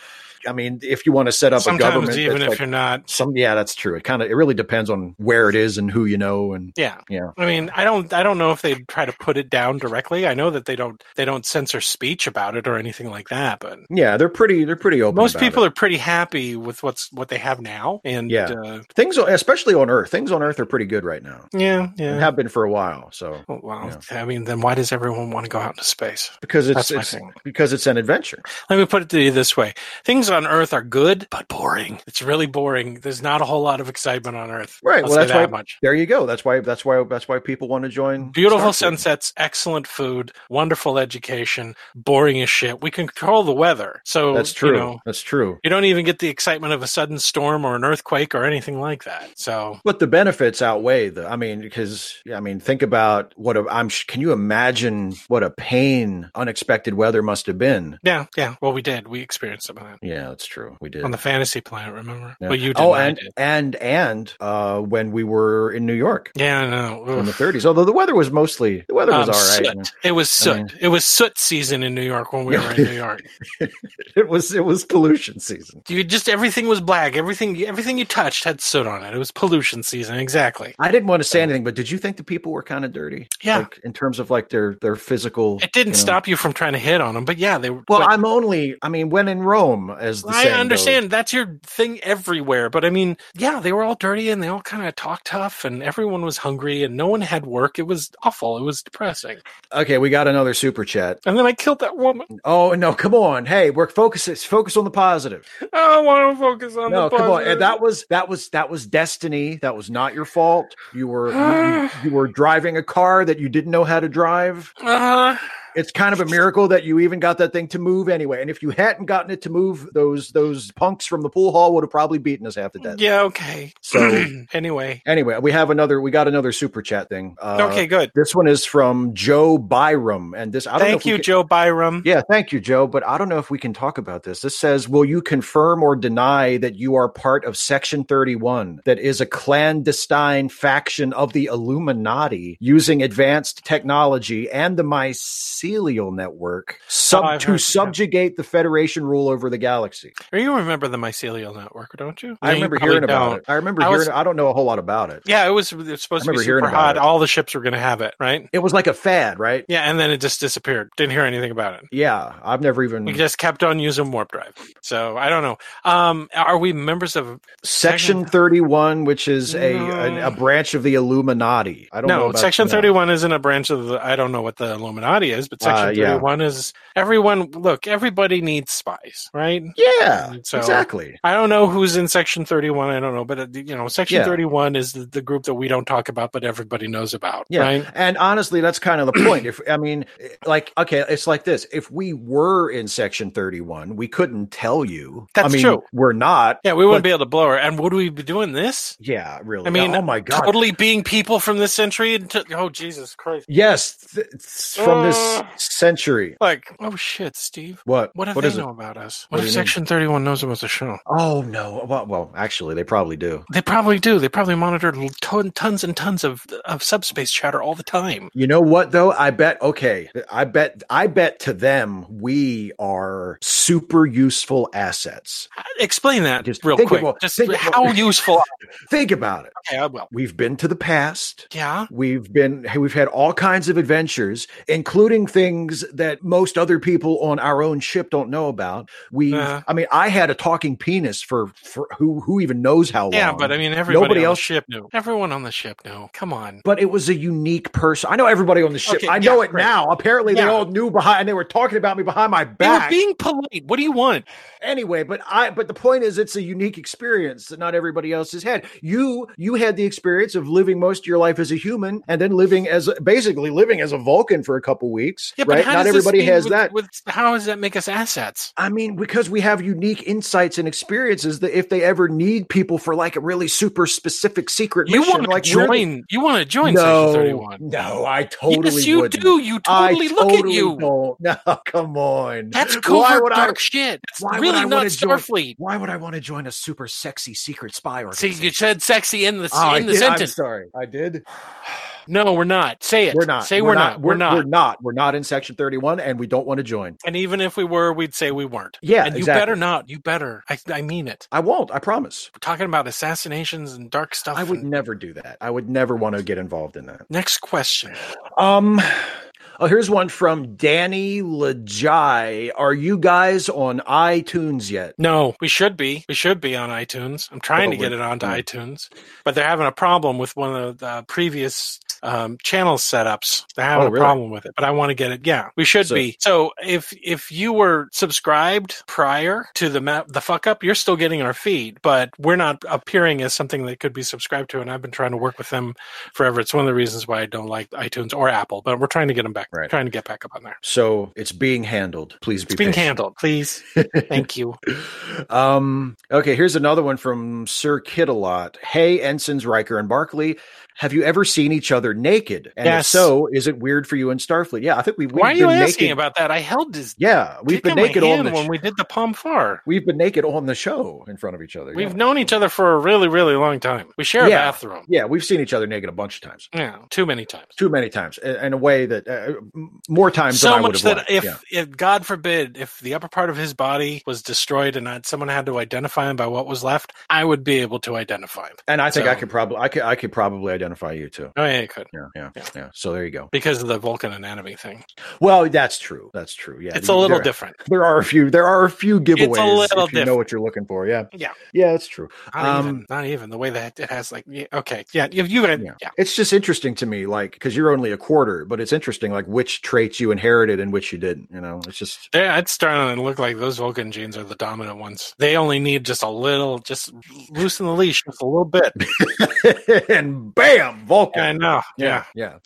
I mean, if you want to set up a
Sometimes
government,
even
that's
if
like-
you're not
some yeah, that's true. It kind of it really depends on where it is and who you know and
Yeah.
Yeah.
I mean, I don't I don't know if they try to put it down directly. I know that they don't they don't censor speech about it or anything like that, but
yeah, they're pretty they're pretty open.
most
about it.
people are pretty happy with what's what they have now and
Yeah.
uh,
things especially on Earth, things on Earth are pretty good right now.
yeah,
And
yeah. Oh,
have been for a while, so
Well, wow. I mean, then why does everyone want to go out into space?
because it's,
That's my
it's
thing.
because it's an adventure.
Let me put it to you this way: things on Earth are good, but boring. It's really boring. There's not a whole lot of excitement on Earth.
Right.
I'll
well,
say
that's
that
why.
much.
There you go. That's why. That's why. That's why people want to join.
Beautiful
Starfleet.
sunsets, excellent food, wonderful education, boring as shit. We can control the weather, so
That's
you
true.
know,
that's true.
You don't even get the excitement of a sudden storm or an earthquake or anything like that. So,
But the benefits outweigh the. I mean, because yeah, I mean, think about what a, I'm. sh- Can you imagine what a pain unexpected weather must have been?
yeah, yeah. Well, we did. We experienced some of that
Yeah, that's true. We did.
on the fantasy planet, remember?
Yeah.
Well, you did.
oh,
I
and
did.
and and uh, when we were in New York
Yeah, no.
in the 30s, although the weather was mostly the weather was all right.
Um, soot. It was soot.
I mean-
it was soot season in New York when we
Yeah.
were
[laughs]
in New York.
[laughs] It was it was pollution season.
You just everything was black. Everything everything you touched had soot on it. It was pollution season. Exactly.
I didn't want to say anything, but did you think the people were kind of dirty?
Yeah.
like, in terms of like their their physical.
It didn't
you know?
stop you from trying to hit on them, but yeah, they were.
Well,
but-
I'm only, I mean, when in Rome, as as the
I
saying
understand that's your thing everywhere, but I mean, yeah, they were all dirty and they all kind of talked tough, and everyone was hungry and no one had work. It was awful. It was depressing.
goes. Okay, we got another super chat.
And then I killed that woman.
Oh no, come on. Hey, we're focus focus on the positive.
I don't want to focus on
no,
the
come on.
positive.
And that was that was that was destiny. That was not your fault. You were you, you- you were driving a car that you didn't know how to drive.
Uh,
It's kind of a miracle that you even got that thing to move anyway. And if you hadn't gotten it to move, those those punks from the pool hall would have probably beaten us half to death.
yeah, okay. [clears throat]
So
anyway,
anyway, we have another we got another super chat thing. Uh,
okay, good.
This one is from Joe Byram, and this I don't know if
Thank
we
you,
can-
Joe Byram.
Yeah, thank you, Joe. But I don't know if we can talk about this. This says, Will you confirm or deny that you are part of Section 31, that is a clandestine faction of the Illuminati using advanced technology and the mycelial network sub-
Oh, I've
to
heard-
subjugate the Federation rule over the galaxy?
You remember the mycelial network, don't you?
I
No, you
remember
probably
hearing about
don't.
it. I remember
I
hearing
was-
I don't know a whole lot about it.
Yeah, it was, it was supposed to be
remember hearing
super
about
hot.
it.
All the ships were going to have it, right?
It was like a fad, right?
Yeah, and then it just disappeared. Didn't hear anything about it.
Yeah, I've never even.
We just kept on using warp drive. So I don't know. Um, are we members of?
Section 31, which is a, an-
No.
a, branch of the Illuminati. I don't know.
No,
about-
Section
no.
Thirty One isn't a branch of the. I don't know what the Illuminati is, but Section
Uh, yeah.
Thirty One is everyone. Look, everybody needs spies, right?
Yeah,
So-
exactly.
I don't know who's in Section 31. I don't know, but uh, you know, Section
Yeah.
31 is the, the group that we don't talk about, but everybody knows about,
Yeah.
right?
And honestly, that's
[clears throat]
kind of the point. If I mean, like, okay, it's like this: if we were in Section Thirty-One, we couldn't tell you. I
That's
mean,
true.
We're not.
Yeah, we wouldn't be able to blow her. And would we be doing this?
Yeah, really.
I mean,
oh my god.
Totally being people from this century and to- oh Jesus Christ!
Yes, th- it's from this
Uh.
century.
Like oh shit, Steve.
What?
What if
what
they
is it?
know about us? What,
do
if
you mean?
Section 31 knows about the show?
Oh no. Well, well, actually, they probably do.
They probably do. They probably monitor l- ton, tons and tons of of subspace chatter all the time.
You know what though? I bet okay. I bet I bet to them we are super useful assets.
Explain that
Just
just real
think
quick.
about-
just
think
re-
about- [laughs]
how useful?
Think about it.
okay, I will.
We've been to the past.
Yeah.
We've been we've had all kinds of adventures, including things that most other people on our own ship don't know about. We,
Uh-huh.
I mean, I had a talking penis for, for who who even knows how long.
Yeah, but I mean, everybody
Nobody
on
else-
the ship knew. Everyone on the ship knew. Come on.
But it was a unique person. I know everybody on the ship.
Okay,
I know
yeah,
it
great.
now. Apparently, they
Yeah.
all knew behind, and they were talking about me behind my
They were
back.
being polite. What do you want?
anyway but i but the point is it's a unique experience that not everybody else has had you you had the experience of living most of your life as a human and then living as basically living as a vulcan for a couple weeks
Yeah, but
right
how
not
does this
everybody
mean
has
with-
that
With, how does that make us assets?
I mean, because we have unique insights and experiences that if they ever need people for like a really super specific secret
You
mission,
want to
like we're the-
join? You want to join
no,
Section Thirty-One?
no, I totally
yes, you
wouldn't.
do. You
I
totally look at
totally
you.
don't. [laughs] No, come on.
That's
Why
covert
would I-
dark shit. It's
why would I
really not
wanna join-
Starfleet.
Why would I want to join a super sexy secret spy
See, you
organization?
said sexy in the
Oh, I [laughs]
in the
did- I'm
sentence.
sorry, I did.
No, we're not. Say it.
We're not.
Say we're, not. We're not.
We're not. We're not in Section 31, and we don't want to join.
And even if we were, we'd say we weren't.
Yeah,
And
exactly.
you better not. You better. I, I mean it.
I won't. I promise.
We're talking about assassinations and dark stuff.
I would
and-
never do that. I would never want to get involved in that.
Next question.
Um. Oh, here's one from Danny Lajai. Are you guys on iTunes yet?
No, we should be. We should be on iTunes. I'm trying to
But
get
we're-
it onto
yeah.
iTunes, but they're having a problem with one of the previous um, channel setups. They're having
Oh, really?
a problem with it, but I want to get it. Yeah, we should
So-
be. So if if you were subscribed prior to the map, the fuck up, you're still getting our feed, but we're not appearing as something that could be subscribed to. And I've been trying to work with them forever. It's one of the reasons why I don't like iTunes or Apple, but we're trying to get them back.
Right.
Trying to get back up on there.
So it's being handled. Please be
It's being
patient.
handled,
[laughs]
please. Thank you.
Um, okay, here's another one from Sir Kittelot. Hey, ensigns Riker and Barkley, have you ever seen each other naked? And if
Yes.
so, is it weird for you in Starfleet? Yeah, I think we, we've
Why are
been
you
naked.
asking about that? I held his
yeah, we've
Kick
been
in my
naked on
hand
the
when
sh-
we did the Palm Far.
we've been naked on the show in front of each other.
We've
yeah.
known each other for a really, really long time. We share a
Yeah.
bathroom.
yeah, we've seen each other naked a bunch of times,
Yeah, too many times.
too many times, in, in a way that uh, m- more times than
So
I would
much that
have liked.
if,
yeah.
if, God forbid, if the upper part of his body was destroyed and not, someone had to identify him by what was left, I would be able to identify him.
and I think
so-
I could probably I could I could probably identify you too.
Oh yeah, you could. it.
Yeah, yeah,
Yeah.
yeah, So there you go.
Because of the Vulcan anatomy thing,
Well, that's true. That's true. Yeah,
it's a little
there,
different.
There are a few. There are a few giveaways.
little
if you know
different.
what you're looking for. Yeah,
Yeah.
yeah, that's true.
Not even,
Um,
not even the way that it has like, yeah, okay, yeah, you, you had, yeah.
Yeah. It's just interesting to me, like, because you're only a quarter, but it's interesting, like, which traits you inherited and which you didn't. You know, it's just [laughs]
Yeah, it's starting to look like those Vulcan genes are the dominant ones. They only need just a little, just loosen the leash just a little bit.
and bam, Vulcan.
I know. Yeah.
yeah.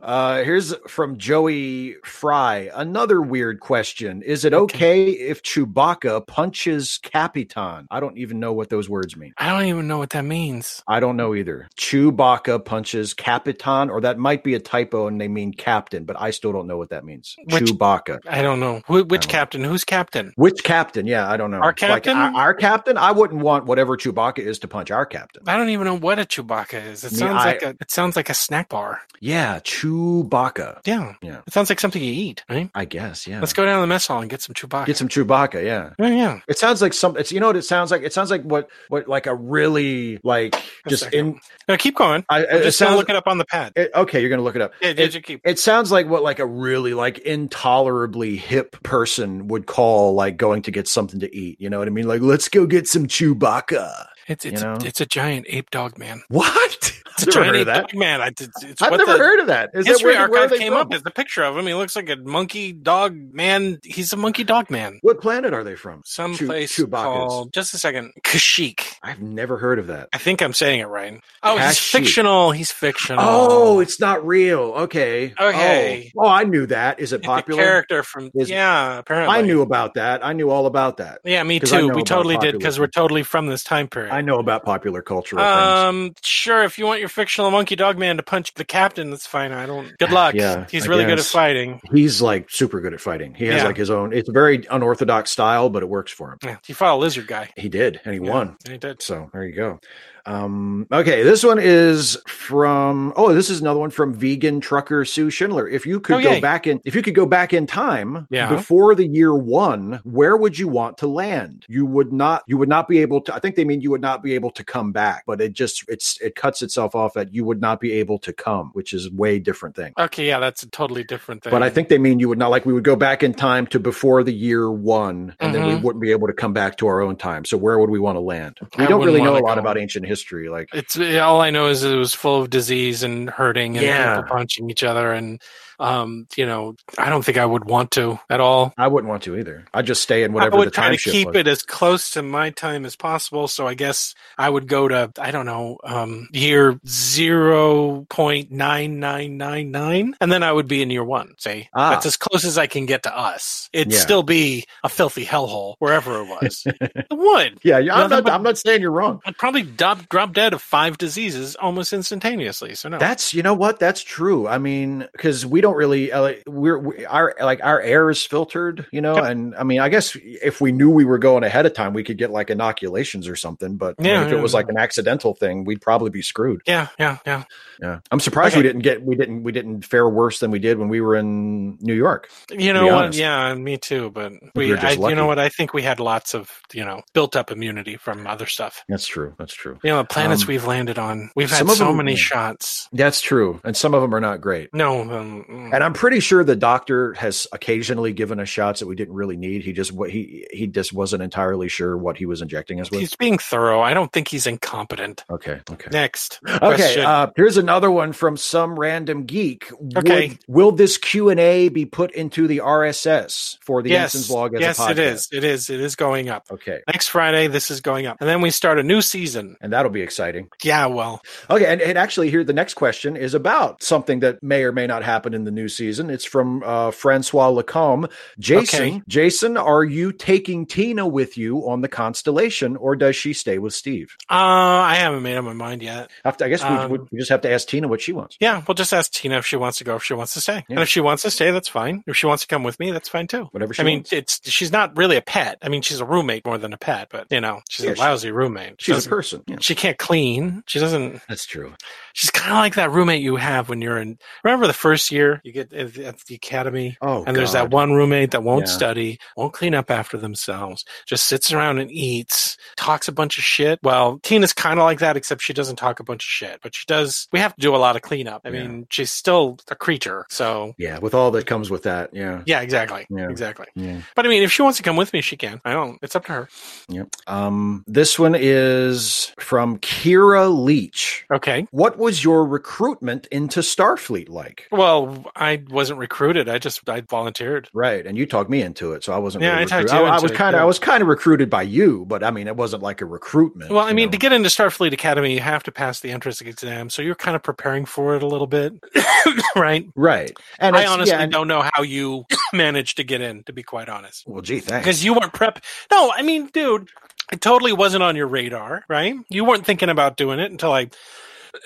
Uh, here's from Joey Fry. Another weird question: Is it okay if Chewbacca punches Capitan? I don't even know what those words mean.
I don't even know what that means.
I don't know either. Chewbacca punches Capitan, or that might be a typo and they mean captain, but I still don't know what that means.
Which-
Chewbacca.
I don't know. Wh- which
don't-
captain? Who's captain?
Which captain? Yeah, I don't know.
Our captain?
Like, our, our captain? I wouldn't want whatever Chewbacca is to punch our captain.
I don't even know what a Chewbacca is. It
Me,
sounds
I-
like a it sounds like a snack bar.
Yeah, Chewbacca.
Yeah.
Yeah.
It sounds like something you eat, right?
I guess. Yeah.
Let's go down to the mess hall and get some Chewbacca.
Get some Chewbacca. Yeah.
Oh, yeah.
It sounds like some. It's you know what it sounds like. It sounds like what what like a really like
A
just
second.
in.
No, keep going.
I,
I'm
it
just gonna
sounds.
look it up on the pad.
it, okay, you're gonna look it up.
Yeah,
it-
did you keep?
It sounds like what like a really like intolerably hip person would call like going to get something to eat. You know what I mean? Like let's go get some Chewbacca. [laughs]
It's
you
it's
know?
it's a giant ape dog man.
What?
It's a
I've never
giant
heard of
ape
that.
dog man. I, it's, it's
I've
what
never
the
heard of that. Is that
History
where,
Archive
where are they
came
from?
up as the picture of him. He looks like a monkey dog man. He's a monkey dog man.
What planet are they from?
Some
Chew-
place
Chewbacca's.
called just a second, Kashyyyk.
I've never heard of that.
I think I'm saying it right. Oh, he's
Kashyyyk.
fictional. He's fictional.
Oh, it's not real. Okay.
Okay.
Oh, Oh, I knew that. Is it
It's
popular?
a character from
Is-
yeah. Apparently,
I knew about that. I knew all about that.
Yeah, me
'Cause I
too.
know
We
about
totally did
popular
because we're totally from this time period.
I know about popular cultural things.
Um, sure. If you want your fictional monkey dog man to punch the captain, that's fine. I don't. Good luck.
Yeah,
he's
I
really good at
guess.
fighting.
He's like super good at fighting. He has
Yeah.
like his own. It's a very unorthodox style, but it works for him.
Yeah, he fought a lizard guy.
He did, and he
Yeah,
won.
He did.
So there you go. Um, okay, this one is from. Oh, this is another one from vegan trucker Sue Schindler. If you could
Oh,
go
yay.
back in, if you could go back in time
Yeah.
before the year one, where would you want to land? You would not. You would not be able to. I think they mean you would not be able to come back, but it just it's it cuts itself off at you would not be able to come, which is way different thing.
Okay, yeah, that's a totally different thing.
But I think they mean you would not like we would go back in time to before the year one, and then
Mhm.
we wouldn't be able to come back to our own time. So where would we want to land? We
I
don't really
wouldn't
know a
wanna
lot
go-
about ancient history. Like,
it's all I know is it was full of disease and hurting and
Yeah.
people punching each other and um, you know, I don't think I would want to at all.
I wouldn't want to either. I'd just stay in whatever
I would
the
try
time
to
shift
keep
was.
it as close to my time as possible. So I guess I would go to I don't know um, year zero point nine nine nine nine, and then I would be in year one. Say
Ah.
that's as close as I can get to us. It'd
Yeah.
still be a filthy hellhole wherever it
[laughs]
was. it would.
Yeah, yeah I'm
Nothing
not.
but-
I'm not saying you're wrong.
I'd probably drop, drop dead of five diseases almost instantaneously. So no.
That's you know what? That's true. I mean, because we don't really uh, like, we're we, our like our air is filtered, you know.
Yep.
And I mean, I guess if we knew we were going ahead of time, we could get like inoculations or something. But like,
Yeah,
if
yeah,
it was
yeah.
like an accidental thing, we'd probably be screwed.
yeah, yeah, yeah.
Yeah, I'm surprised
Okay.
we didn't get we didn't we didn't fare worse than we did when we were in New York.
You
be
know what?
honest.
Yeah, me too. But
we
we,
were just
I, you
lucky.
know what? I think we had lots of you know built up immunity from other stuff.
That's true. That's true.
You know, the planets
Um,
we've landed on, we've had
some of
so
them-
many
yeah.
shots.
That's true. And some of them are not great.
No, um, mm.
And I'm pretty sure the doctor has occasionally given us shots that we didn't really need. He just wa- he he just wasn't entirely sure what he was injecting us with.
he's being thorough. I don't think he's incompetent.
Okay. Okay.
Next,
[laughs] Okay.
question.
Uh, here's another one from some random geek.
Okay.
Would- will this Q and A be put into the RSS for the
yes,
Ensign's Log as
yes,
a podcast?
it is. It is. It is going up.
Okay.
Next Friday, this is going up, and then we start a new season.
And that'll be exciting.
Yeah, well,
Okay, and, and actually, here the next question is about something that may or may not happen in the new season. It's from uh, Francois Lacombe. Jason,
Okay.
Jason, are you taking Tina with you on the constellation, or does she stay with Steve?
uh, I haven't made up my mind yet.
Have to- I guess we,
Um,
we, we just have to ask Tina what she wants.
Yeah, we'll just ask Tina if she wants to go, if she wants to stay,
Yeah.
and if she wants to stay, that's fine. If she wants to come with me, that's fine too.
Whatever she
I mean,
wants.
it's she's not really a pet. I mean, she's a roommate more than a pet, but you know, she's
Yeah,
a
she-
lousy roommate. She
She's a
doesn't-
person. Yeah.
She she can't clean. She doesn't.
That's true.
She's kind of like that roommate you have when you're in. Remember the first year you get at, at the academy,
Oh,
and there's that
one.
one roommate that won't
Yeah.
study, won't clean up after themselves, just sits around and eats, talks a bunch of shit. Well, Tina's kind of like that, except she doesn't talk a bunch of shit, but she does. We have to do a lot of cleanup. I
Yeah.
mean, she's still a creature, so.
Yeah, with all that comes with that. Yeah.
Yeah, exactly.
Yeah.
Exactly.
Yeah.
But I mean, if she wants to come with me, she can. I don't. It's up to her.
Yep. Um, this one is from Kira Leach.
Okay.
What was your recruitment into Starfleet like?
Well, I wasn't recruited. I just I volunteered.
Right, and you talked me into it, so I wasn't.
Yeah, I talked
recruited.
you
I, I
into
was
it,
kind of,
yeah.
I was kind of recruited by you, but I mean, it wasn't like a recruitment.
Well, I
you
mean, to
know.
get into Starfleet Academy, you have to pass the entrance exam, so you're kind of preparing for it a little bit, [coughs] right?
right, and
I
it's-
honestly
yeah, and-
don't know how you [coughs] managed to get in, to be quite honest,
Well, gee, thanks.
because you weren't prep. No, I mean, dude, it totally wasn't on your radar, right? You weren't thinking about doing it until I [coughs]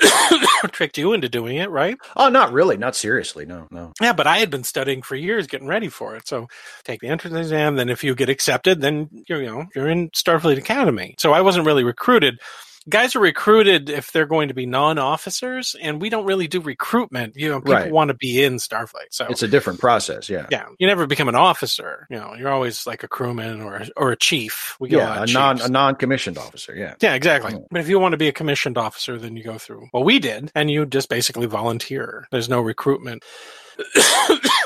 tricked you into doing it, right?
Oh, not really, not seriously. No, no.
Yeah, but I had been studying for years, getting ready for it. So take the entrance exam. Then if you get accepted, then you're, you know, you're in Starfleet Academy. So I wasn't really recruited. Guys are recruited if they're going to be non-officers, and we don't really do recruitment. You know, people
Right.
want to be in Starfleet. So
It's a different process.
[laughs]
Yeah,
yeah, you never become an officer. You know, you're always like a crewman or or a chief. We get a lot
yeah,
of
a non,
chiefs.
a Mm. non-commissioned officer. Yeah,
Yeah, exactly.
Yeah.
But if you want to be a commissioned officer, then you go through what we did, and you just basically volunteer. There's no recruitment. [coughs]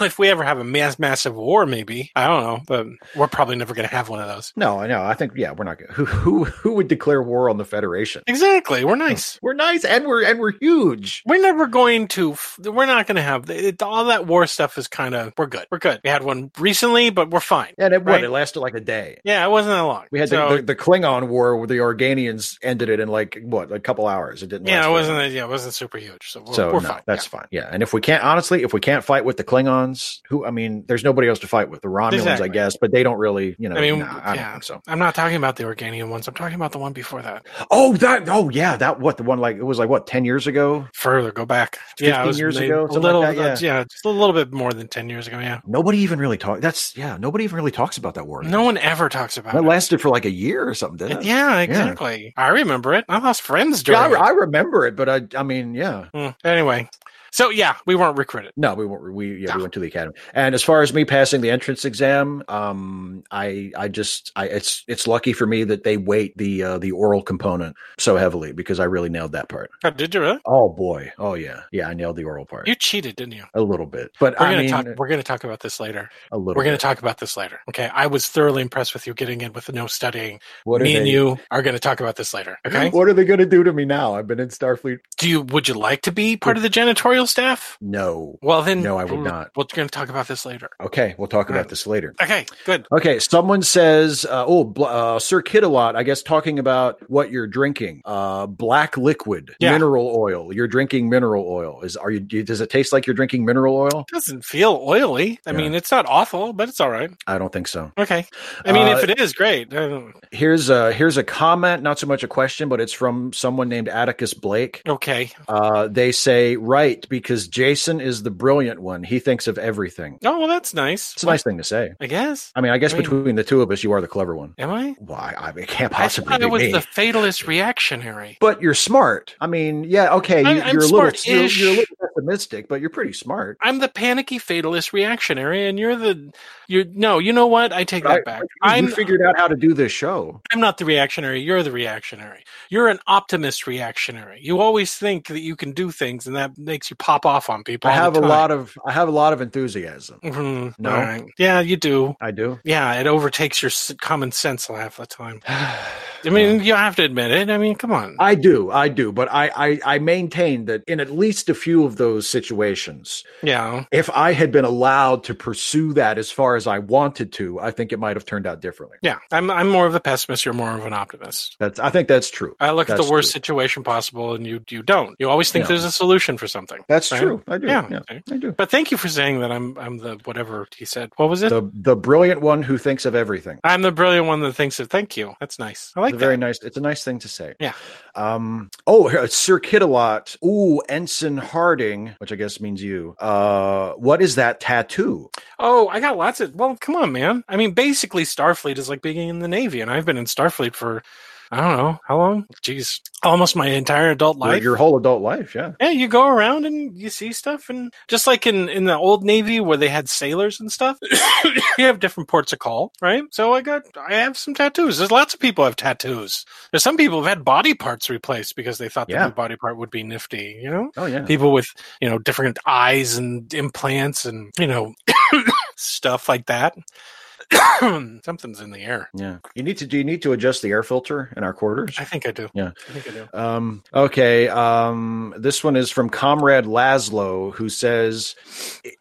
if we ever have a mass massive war, maybe I don't know, but we're probably never going to have one of those.
no, I know. I think yeah, we're not. gonna- Who who who would declare war on the Federation?
Exactly.
Hmm.
We're nice.
We're nice, and we're and we're huge.
We're never going to. f- We're not going to have it, all that war stuff. Is kind of we're good. We're good. We had one recently, but we're fine.
And it
Right.
what it lasted like a day.
Yeah, it wasn't that long.
We had
So-
the, the, the Klingon war where the Organians ended it in like what a couple hours. It didn't. last
yeah, it
very
wasn't.
long.
Yeah, it wasn't super huge. So we're,
So
we're
no,
fine.
that's fine. Yeah, and if we can't, honestly, if we can't fight with the Klingons, who I mean, there's nobody else to fight with. The Romulans,
Exactly.
I guess, but they don't really, you know.
I mean,
nah, I
yeah.
don't think so.
I'm not talking about the Organian ones. I'm talking about the one before that.
Oh, that. Oh, yeah, that. What the one? Like it was like what ten years ago.
further go back
15
it was
years
made
ago,
a
something
little
like that,
uh, yeah. just a little bit more than 10 years ago yeah
Nobody even really talk. That's yeah. Nobody even really talks about that war.
no one ever talks about
that
it
lasted for like a year or something, didn't it?
yeah exactly i remember it i lost friends during
Yeah, I, I
it.
remember it, but I, I mean, yeah.
Hmm. anyway so yeah we weren't recruited
No, we weren't. We yeah,
No.
we went to the academy. And as far as me passing the entrance exam, um, I I just I it's it's lucky for me that they weight the uh, the oral component so heavily because I really nailed that part.
oh, did you really
Oh boy, oh yeah, yeah, I nailed the oral part
you cheated didn't you
a little bit, but
we're
I
gonna
mean uh,
talk we're gonna talk about this later
a little.
we're gonna
bit.
talk about this later okay i was thoroughly impressed with you getting in with no studying
What are
me and
they- [laughs]
you are gonna talk about this later okay
What are they going to do to me now? I've been in Starfleet.
do you would you like to be part of the janitorial staff
No.
well then
No, I would not.
we're gonna talk about this later
Okay, we'll talk about
Right.
this later.
okay good
Okay, someone says, uh, "Oh, bl- uh, Sir Kittalot, I guess talking about what you're drinking, uh, black liquid,
Yeah.
mineral oil. You're drinking mineral oil. Is are you? do- Does it taste like you're drinking mineral oil?
doesn't feel oily. I
Yeah.
mean, it's not awful, but it's all right.
I don't think so.
Okay. I mean,
Uh,
if it is, great. Um, I don't-
Here's a here's a comment, not so much a question, but it's from someone named Atticus Blake.
Okay.
Uh, they say, right, because Jason is the brilliant one. He thinks of everything.
Oh, well, that's nice.
It's a nice thing to say.
I guess.
I mean, I guess
I mean-
between the two of us, you are the clever one.
Am I?
Why? I mean, it can't
I
possibly
thought it
be
was
me.
the fatalist reactionary.
but you're smart. I mean, yeah, okay, you,
I'm- I'm
you're a little you're,
smart-ish.
you're a little pessimistic, but you're pretty smart.
I'm the panicky fatalist reactionary, and you're the you're no. You know what? I take that
Right.
back.
You
I'm
figured out how to do this show.
I'm not the reactionary. You're the reactionary. You're an optimist reactionary. You always think that you can do things, and that makes you pop off on people.
I have a lot of I have a lot of enthusiasm. No.
Mm-hmm, Yeah, you do.
I do.
Yeah, it overtakes your s- common sense half the
[sighs]
time. I mean, you have to admit it. I mean, come on.
I do, I do, but I, I I maintain that in at least a few of those situations,
yeah.
if I had been allowed to pursue that as far as I wanted to, I think it might have turned out differently.
Yeah. I'm I'm more of a pessimist, you're more of an optimist.
That's I think that's true.
I look at
That's
the worst
true.
situation possible and you you don't. You always think
Yeah.
there's a solution for something.
That's
Right?
true. I do.
Yeah.
yeah I do.
But thank you for saying that I'm I'm the whatever he said. What was it?
The the brilliant one who thinks of everything.
I'm the brilliant one that thinks it. Thank you. That's nice. I like
It's
that.
a very nice. It's a nice thing to say.
Yeah.
Um. Oh, here, Sir Kittalot. Ooh, Ensign Harding, which I guess means you. Uh, what is that tattoo?
Oh, I got lots of. Well, come on, man. I mean, basically, Starfleet is like being in the Navy, and I've been in Starfleet for I don't know how long. Jeez, almost my entire adult
Your-
life.
Your whole adult life, yeah.
Yeah, you go around and you see stuff, and just like in in the old navy where they had sailors and stuff, [coughs] you have different ports of call, right? So I got I have some tattoos. There's lots of people have tattoos. There's some people who've had body parts replaced because they thought the
Yeah.
new body part would be nifty, you know.
Oh yeah.
People with you know different eyes and implants and you know [coughs] stuff like that. [coughs] Something's in the air.
Yeah. You need to do you need to adjust the air filter in our quarters?
I think I do.
Yeah.
I think I do.
Um, okay. Um, this one is from Comrade Laszlo, who says,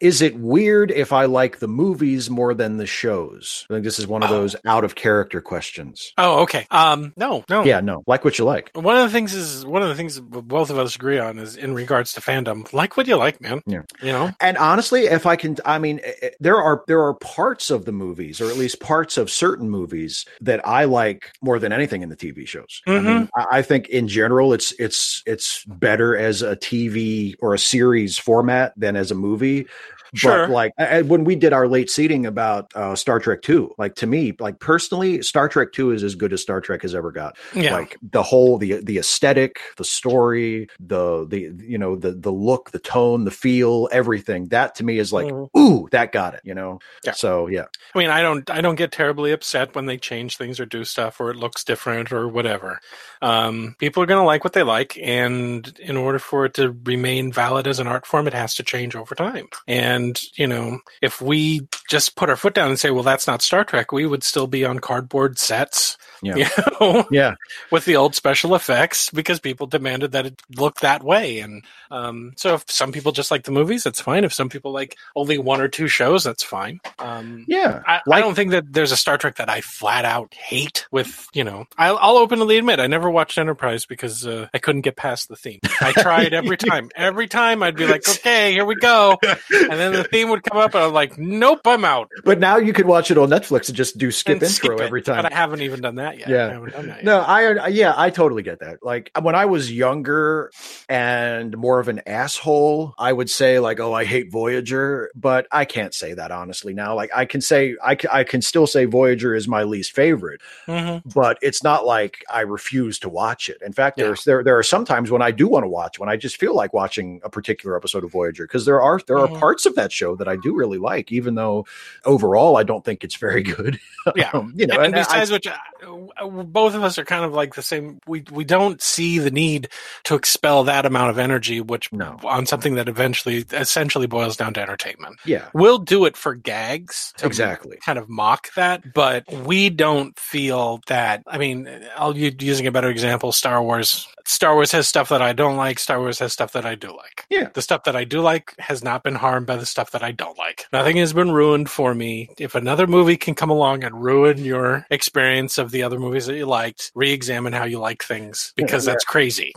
Is it weird if I like the movies more than the shows? I think this is one of
Oh.
those out of character questions.
Oh, okay. Um, no, no.
Yeah, no, like what you like.
One of the things is one of the things both of us agree on is in regards to fandom. Like what you like, man.
Yeah.
You know.
And honestly, if I can, I mean, eh, eh, there are there are parts of the movies, or at least parts of certain movies, that I like more than anything in the TV shows. I mean, I, I think in general, it's it's it's better as a TV or a series format than as a movie.
Sure.
But like I- I- when we did our late seating about uh, Star Trek Two, like to me, like personally, Star Trek Two is as good as Star Trek has ever got
Yeah.
like the whole the the aesthetic the story the the you know the the look the tone the feel everything that to me is like
Mhm.
ooh that got it you know
Yeah.
so yeah
I mean, I don't I don't get terribly upset when they change things or do stuff or it looks different or whatever. Um, people are going to like what they like, and in order for it to remain valid as an art form, it has to change over time. And you know, if we just put our foot down and say, "Well, that's not Star Trek," we would still be on cardboard sets.
Yeah.
You know? [laughs]
yeah
with the old special effects because people demanded that it look that way. And um, so, if some people just like the movies, that's fine. If some people like only one or two shows, that's fine. Um,
yeah
I, I
Like-
don't think that there's a Star Trek that I flat out hate. With you know, I'll, I'll openly admit I never watched Enterprise because uh, I couldn't get past the theme. I tried
[laughs]
every time. Every time I'd be like, "Okay, here we go," and then the theme would come up, and I'm like, "Nope, I'm out."
but now you can watch it on netflix and just do skip
and
intro
skip it.
every time
But I haven't even done that yet.
Yeah.
I haven't done that yet.
no i yeah i totally get that like when i was younger and more of an asshole i would say like oh i hate voyager but i can't say that honestly now like i can say i, c- I can still say voyager is my least favorite
Mhm.
but it's not like I refuse to watch it. In fact,
Yeah.
there's there there are some times when I do want to watch when I just feel like watching a particular episode of Voyager because there are there
Mhm.
are parts of that show that I do really like, even though overall I don't think it's very good. [laughs]
Yeah.
Um, you know,
and,
and, I-
besides which, uh, both of us are kind of like the same. We we don't see the need to expel that amount of energy, which
no,
on something that eventually essentially boils down to entertainment.
yeah,
We'll do it for gags to
exactly.
kind of mock that, but we don't feel that. I mean, I'll u- using a better example: Star Wars. Star Wars has stuff that I don't like. Star Wars has stuff that I do like.
Yeah.
the stuff that I do like has not been harmed by the stuff that I don't like. Nothing has been ruined for me. If another movie can come along and ruin your experience of the other movies that you liked, re-examine how you like things because that's crazy.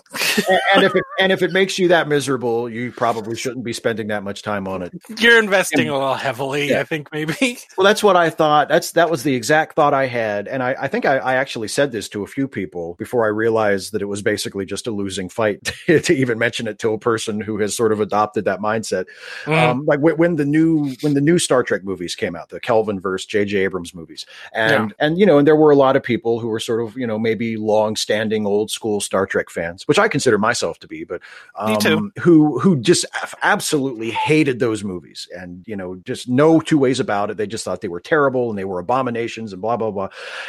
and, and if it, and if it makes you that miserable, you probably shouldn't be spending that much time on it.
You're investing a little heavily,
Yeah.
I think maybe.
Well, that's what I thought. That's that was the exact thought I had, and I, I think I, I actually said this to a few people before I realized that it was basically just a losing fight [laughs] to even mention it to a person who has sort of adopted that mindset.
Mm-hmm. Mm.
Um, like wh- when the new when the new Star Trek movies came out, the Kelvin verse J.J. Abrams movies, and and you know, and there were a lot of people who were sort of you know maybe long standing old school Star Trek fans, which I consider myself to be, but um,
Me too.
who who just af- absolutely hated those movies and you know just no two ways about it they just thought they were terrible and they were abominations and blah blah blah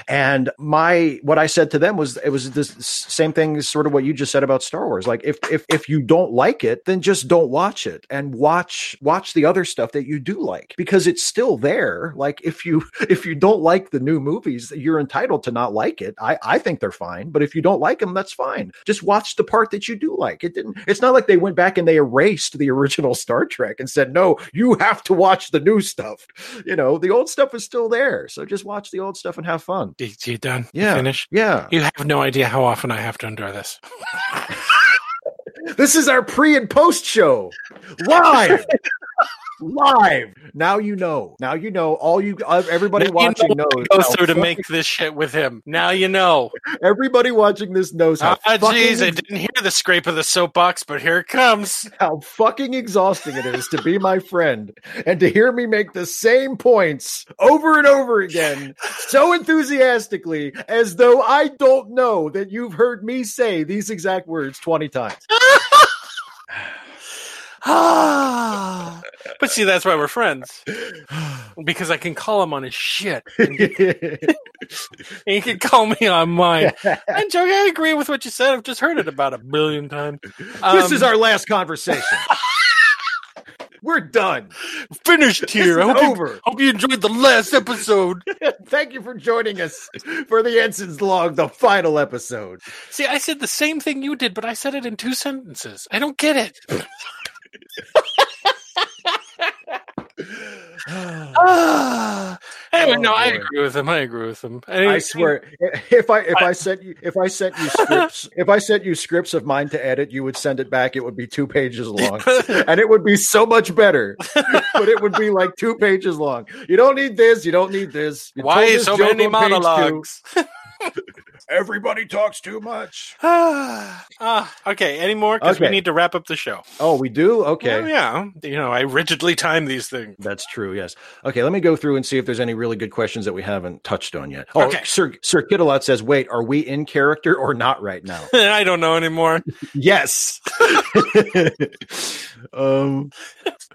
and my what i said to them was it was this same thing as sort of what you just said about star wars like if if if you don't like it then just don't watch it and watch watch the other stuff that you do like because it's still there like if you [laughs] if you don't like the new movies you're entitled to not like it i i think they're fine but if you don't like them that's fine just watch the part that you do like it didn't it's not like they went back and they erased the [laughs] original star trek and said no you have to watch the new stuff [laughs] you know the old stuff is still there so just watch the old stuff and have fun
You, you done? You
Yeah.
Finish?
[laughs] yeah
You have no idea how often I have to endure this. [laughs]
this is our pre and post show live live. Now you know. Now you know. All you, uh, everybody
Now you
watching
know what
knows.
goes
how
through to
fucking-
make this shit with him. Now you know.
everybody watching this knows how.
Ah,
fucking
jeez, I
ex-
didn't hear the scrape of the soapbox, but here it comes.
how fucking exhausting it is to be my friend and to hear me make the same points over and over again so enthusiastically as though I don't know that you've heard me say these exact words 20 times. [laughs]
Ah. but see, that's why we're friends. Because I can call him on his shit. And he [laughs] can call me on [laughs] mine. And Joe, I agree with what you said. I've just heard it about a billion times.
this
Um,
is our
[laughs]
last conversation. We're done.
finished here. I
This
hope
is
you,
over.
hope you enjoyed the last episode.
Thank you for joining us for the Ensign's Log, the final episode.
See, I said the same thing you did, but I said it in two sentences. I don't get
[laughs]
it. [sighs] Ah. anyway,
Oh,
no, I
boy.
agree with him. I agree with him. [laughs]
I swear, if I if I sent you if I sent you scripts if I sent you scripts of mine to edit, you would send it back. It would be two pages long, and it would be so much better. but it would be like two pages long. You don't need this. You don't need this. You
Why
told this
so
joke
many
on page two.
monologues? [sighs]
Everybody talks too much.
Ah, ah, okay, any more? Because we
Okay.
need to wrap up the show.
Oh, we do. Okay.
Well, yeah, you know, I rigidly time these things. [laughs]
That's true. Yes. Okay. Let me go through and see if there's any really good questions that we haven't touched on yet. Oh,
Okay.
Sir Sir Kittelot says, "Wait, are we in character or not right
[laughs]
now?"
I don't know
[laughs]
anymore.
Yes. um,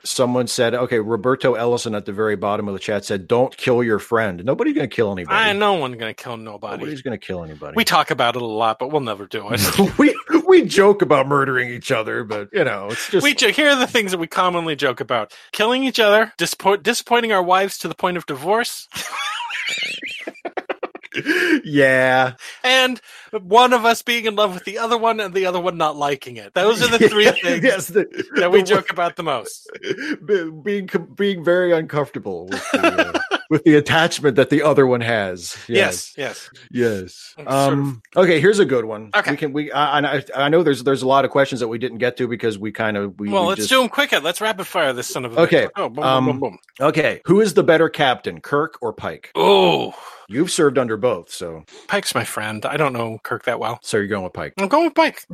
someone said, okay, Roberto Ellison at the very bottom of the chat said, don't kill your friend. Nobody's going to kill anybody.
I no one gonna kill nobody.
Nobody's going to kill anybody.
We talk about it a lot, but we'll never
[laughs]
do it.
we, we joke about murdering each other, but you know, it's just,
we joke. Here are the things that we commonly joke about: killing each other, disappoint, disappointing our wives to the point of divorce,
yeah,
and one of us being in love with the other one and the other one not liking it. Those are the
[laughs]
three things
yes, the,
that we
the-
joke about the
[laughs]
most.
be- being, com- being very uncomfortable with the,
[laughs]
uh, with the attachment that the other one has.
Yes, yes.
Yes.
Sort
Um, Okay. Here's a good one.
Okay.
We can. We. I, and I. I know there's there's a lot of questions that we didn't get to because we kind of. We,
well,
we
let's
just,
do them quicker. Let's rapid fire this son of a.
Okay,
bitch. Oh, boom,
um,
boom, boom, boom.
Okay. Who is the better captain, Kirk or Pike?
Oh,
You've served under both, so
Pike's my friend. I don't know Kirk that well.
so you're going with Pike.
I'm going with Pike.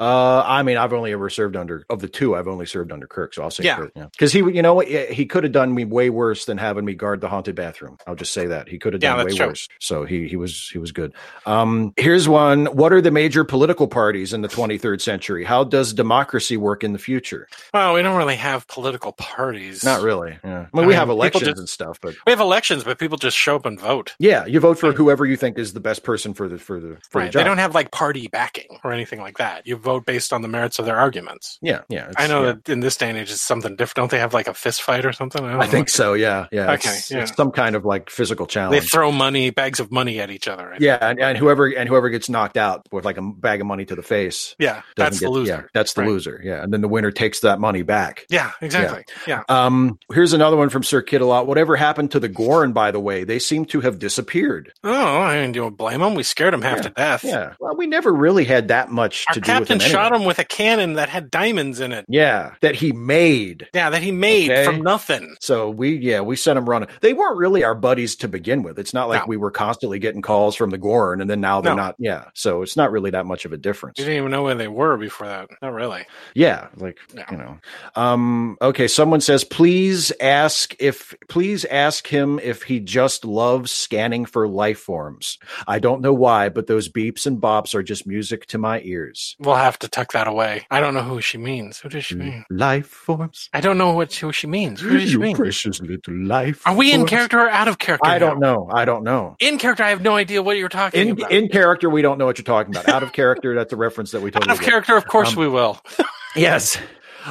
Uh, I mean, I've only ever served under of the two. I've only served under Kirk, so I'll say
Yeah.
Kirk. Yeah. Because he, would- you know, what? Yeah, he could have done me way worse than having me guard the haunted bathroom. I'll just say that he could have
Yeah,
done way
that's true.
worse. So he he was he was good. Um, here's one. What are the major political parties in the 23rd century? How does democracy work in the future?
Well, we don't really have political parties.
Not really. Yeah. I mean,
I
we
mean,
have
people
elections
just-
and stuff, but
We have elections, but people just show up and vote.
yeah, you vote for whoever you think is the best person for the for the for
Right.
the
They
job.
don't have like party backing or anything like that. You vote based on the merits of their arguments.
yeah, yeah. it's-
I know
yeah.
that in this day and age, it's something different. Don't they have like a fist fight or something? I, don't
I
know.
think so. Yeah, yeah.
Okay,
It's,
yeah.
it's some kind of like physical
they
challenge.
throw money, bags of money at each other. I think.
yeah, and, and whoever and whoever gets knocked out with like a bag of money to the face,
yeah,
doesn't
that's
get-
the loser.
Yeah, that's the
Right.
loser. Yeah, and then the winner takes that money back.
Yeah, exactly. Yeah.
Um, here's another one from Sir Kittelot. Whatever happened to the Gorn? By the way, they seem to have disappeared.
Oh, I mean, you don't blame them. We scared them half
Yeah,
to death.
Yeah. Well, we never really had that much
Our
to do
captain
with them.
shot
anyway.
him with a cannon that had diamonds in it.
Yeah, that he made.
Yeah, that he made
Okay.
from nothing.
So we, yeah, we sent them running. They weren't really our buddies to begin with. It's not like
No.
we were constantly getting calls from the Gorn, and then now they're
No.
not. Yeah, so it's not really that much of a difference.
You didn't even know where they were before that. Not really.
Yeah, like
No.
you know. Um, okay, someone says, please ask if please ask him if he just loves scanning for life forms. I don't know why, but those beeps and bops are just music to my ears.
We'll have to tuck that away. I don't know who she means. Who does she mean?
Life forms.
I don't know what who she means. Who does she
Mm. You
mean?
precious little life.
Are we in
forms.
character or out of character? now?
I don't know. I don't know.
In character, I have no idea what you're talking
in
about.
in character we don't know what you're talking about out of character that's a reference that we
Out
totally
of
get.
character, of course we will.
Um, [laughs] yes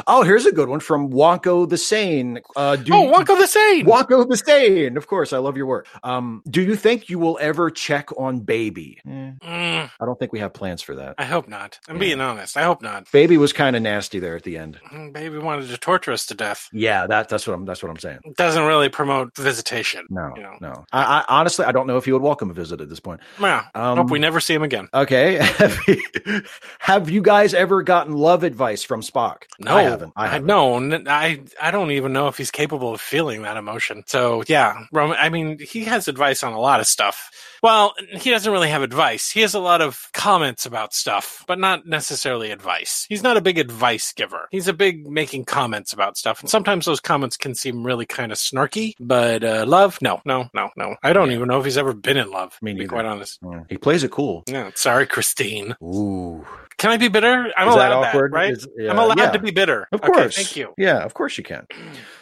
oh here's a good one from wonko the sane uh
[laughs]
do
Oh, Wonko the Sane.
Wonko the sane of course i love your work um do you think you will ever check on baby
Mm,
i don't think we have plans for that
I hope not. I'm
Yeah.
being honest. I hope not.
baby was kind of nasty there at the end
Mm, Baby wanted to torture us to death.
yeah that that's what i'm that's what i'm saying
Doesn't really promote visitation.
no
You know.
no I, I honestly i don't know if he would welcome a visit at this point
Well,
um
hope we never see
[laughs]
him again.
okay have you guys ever gotten love advice from spock
No.
I haven't. I haven't.
no, n- I I don't even know if he's capable of feeling that emotion. So yeah, Roman. I mean, he has advice on a lot of stuff. Well, he doesn't really have advice. He has a lot of comments about stuff, but not necessarily advice. He's not a big advice giver. He's a big making comments about stuff, and sometimes those comments can seem really kind of snarky. But uh, love, no, no, no, no. I don't even know if he's ever been in love.
Me
to be
neither.
quite honest.
Yeah. Mm. He plays it cool.
Yeah, sorry, Christine.
Ooh.
Can I be bitter? I'm
Is that
allowed that,
awkward?
right?
Is- yeah.
I'm allowed
Yeah.
to be bitter.
Of
Okay,
course.
thank you.
Yeah, of course you can.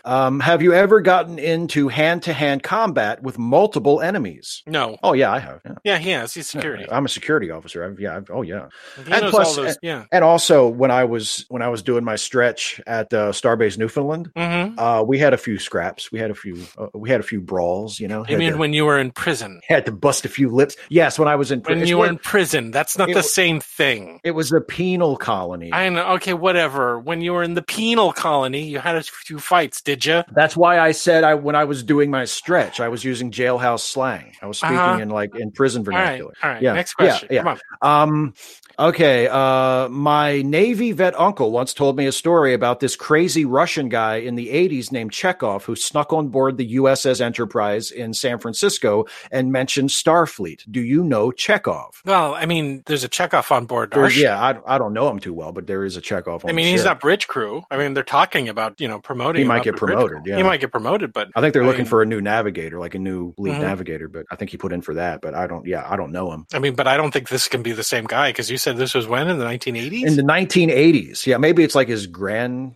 Um, have you ever gotten into hand to hand combat with multiple enemies?
No.
Oh, yeah, I have. [laughs] Yeah.
Yeah, he has. He's security.
I'm a security officer. I've, yeah. I've, oh, yeah.
He
and
knows
plus-
all those. yeah.
And also, when I was when I was doing my stretch at uh, Starbase Newfoundland,
Mm-hmm.
uh, we had a few scraps. We had a few. Uh, we had a few brawls. You know,
I
had,
mean,
to,
when you were in prison.
had to bust a few lips. Yes, when I was in
When
it's
you were
when-
in prison, that's not
it
the
w-
same thing.
it was the penal colony.
I know. Okay, whatever. When you were in the penal colony, you had a few fights, did you?
That's why I said I when I was doing my stretch, I was using jailhouse slang. I was speaking
Uh-huh.
in like in prison
All right. All
vernacular.
right.
Yeah,
Next
yeah,
question.
yeah.
Come on.
Um okay, uh my Navy vet uncle once told me a story about this crazy Russian guy in the 80s named Chekhov who snuck on board the USS Enterprise in San Francisco and mentioned Starfleet. Do you know Chekhov?
Well, I mean, there's a checkoff on board.
There-
Darsh.
yeah, I, I don't know him too well, but there is a Chekhov on
I
the
mean, he's
ship.
not bridge crew. I mean, they're talking about you know promoting.
He might
him up
get
to bridge
promoted,
crew.
yeah.
he might get promoted, but
I think they're
I
looking
mean-
for a new navigator, like a new lead
Mhm.
navigator, but I think he put in for that, but I don't yeah, I don't know him.
I mean, but I don't think this can be the same guy because you said this was when in the 1980s,
in the 1980s. Yeah, maybe it's like his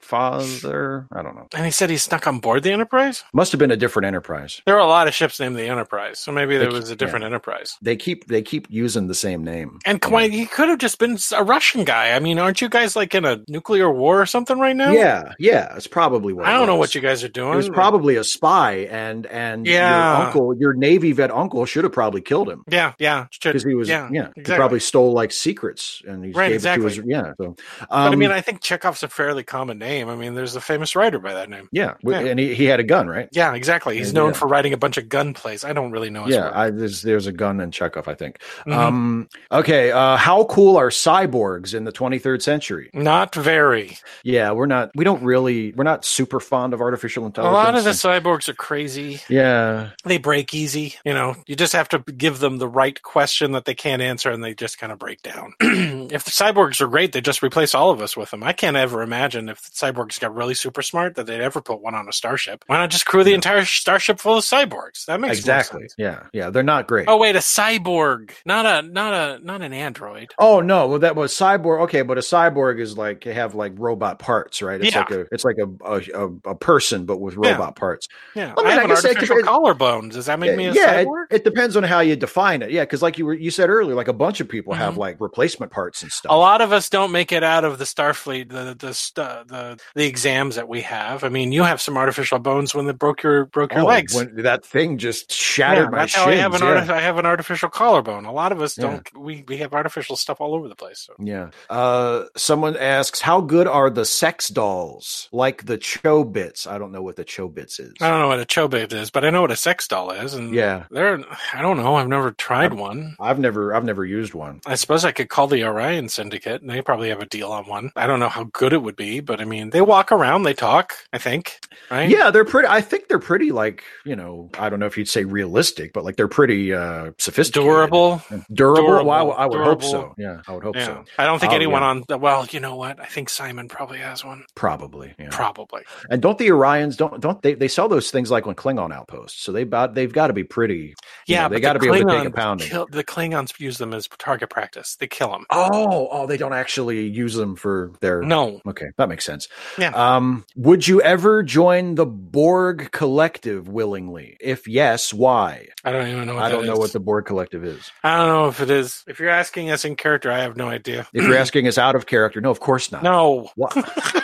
grandfather. I don't know.
and he said he snuck on board the Enterprise.
Must have been a different enterprise.
There are a lot of ships named the Enterprise, so maybe there
Like,
was a different Enterprise.
They keep they keep using the same name.
And Kwai, he could have just been a Russian guy. I mean, aren't you guys like in a nuclear war or something right now?
Yeah, yeah, it's probably what
I
it
don't know
was.
what you guys are doing.
He was probably a spy, and and
Yeah.
your uncle, your Navy vet uncle, should have probably killed him
yeah, yeah, should-
because he was yeah,
yeah,
he
exactly.
probably stole like secrets and he
Right,
gave
exactly.
it to his yeah. So, um,
but I mean, I think Chekhov's a fairly common name. I mean, there's a famous writer by that name.
yeah, w-
yeah.
and he, he had a gun, right?
Yeah, exactly. He's
Yeah,
known
yeah.
for writing a bunch of gunplays. I don't really know. His
Yeah,
work.
I, there's there's a gun in Chekhov, I think.
Mhm.
Um, okay, uh, how cool are cyborgs in the 23rd century?
not very.
Yeah, we're not. We don't really. We're not super fond of artificial
A
intelligence.
lot of the cyborgs are crazy.
Yeah,
they break easy. You know, you just have to give them the right question that they can't answer and they just kind of break down. [clears throat] if the cyborgs are great, they just replace all of us with them. I can't ever imagine if the cyborgs got really super smart that they'd ever put one on a starship. Why not just crew the entire starship full of cyborgs? That makes more
exactly.
sense.
Yeah, yeah. They're not great.
Oh wait, a cyborg, not a not a not an android.
Oh, no. Well, that was cyborg. Okay, but a cyborg is like they have like robot parts, right? It's
Yeah.
like a it's like a a, a, a person, but with
Yeah.
robot parts.
Yeah,
I
I,
mean, I
have an
guess that could
artificial
be-
collarbone. Does that make me a
yeah, it,
cyborg?
it depends on how you define it. Yeah, because like you were you said earlier, like a bunch of people
Mm-hmm.
have like replacement parts and stuff.
a lot of us don't make it out of the Starfleet, the the st- the, the exams that we have. I mean, you have some artificial bones when they broke your broke your
Oh,
legs.
when that thing just
Yeah,
shattered my
that's how I have
shins,
an
yeah.
arti- I have an artificial collarbone. A lot of us
Yeah.
don't. We we have artificial stuff all over the place. So.
Yeah. Uh, someone asks, how good are the sex dolls? Like the Cho bits. I don't know what the Cho bits is.
I don't know what a chobit is, but I know what a sex doll is, and
Yeah.
they're I don't know. I've never tried one.
I've never, I've never used one.
I suppose I could call the Orion Syndicate, and they probably have a deal on one. I don't know how good it would be, but I mean, they walk around, they talk. I think, right?
Yeah, they're pretty. I think they're pretty, like you know, I don't know if you'd say realistic, but like they're pretty uh sophisticated,
durable.
durable.
Durable.
Well, I, I would hope
Durable.
so. Yeah, I would hope
yeah.
so.
I don't think
Oh,
anyone
yeah.
on the well, you know what? I think Simon probably has one.
Probably. Yeah.
Probably.
and don't the Orions don't don't they they sell those things like on Klingon outposts? So they about they've got to be pretty. you
Yeah,
know,
but
they got to
the
be able to take a
Klingons
pounding.
Kill, the Klingons use them as target practice. They kill them.
oh, oh, they don't actually use them for their
No.
Okay, that makes sense.
Yeah.
Um, would you ever join the Borg Collective willingly? If yes, why?
I don't even know what
I don't
that
know
is.
what the Borg Collective is.
I don't know if it is. If you're asking us in character, I have no idea.
If
[clears throat]
you're asking us out of character, no, of course not.
No.
What? [laughs]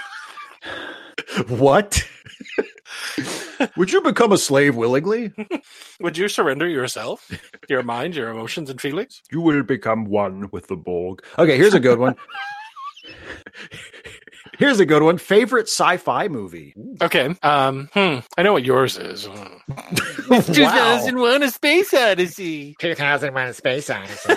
[laughs]
what? would you become a slave willingly?
Would you surrender yourself?
[laughs]
your mind, your emotions and feelings?
You will become one with the Borg. Okay, here's
[laughs]
a good one. here's a good one. Favorite sci-fi movie?
Okay. Um hmm. I know what yours is. Hmm.
wow.
A Space Odyssey. [laughs]
2001 A Space Odyssey.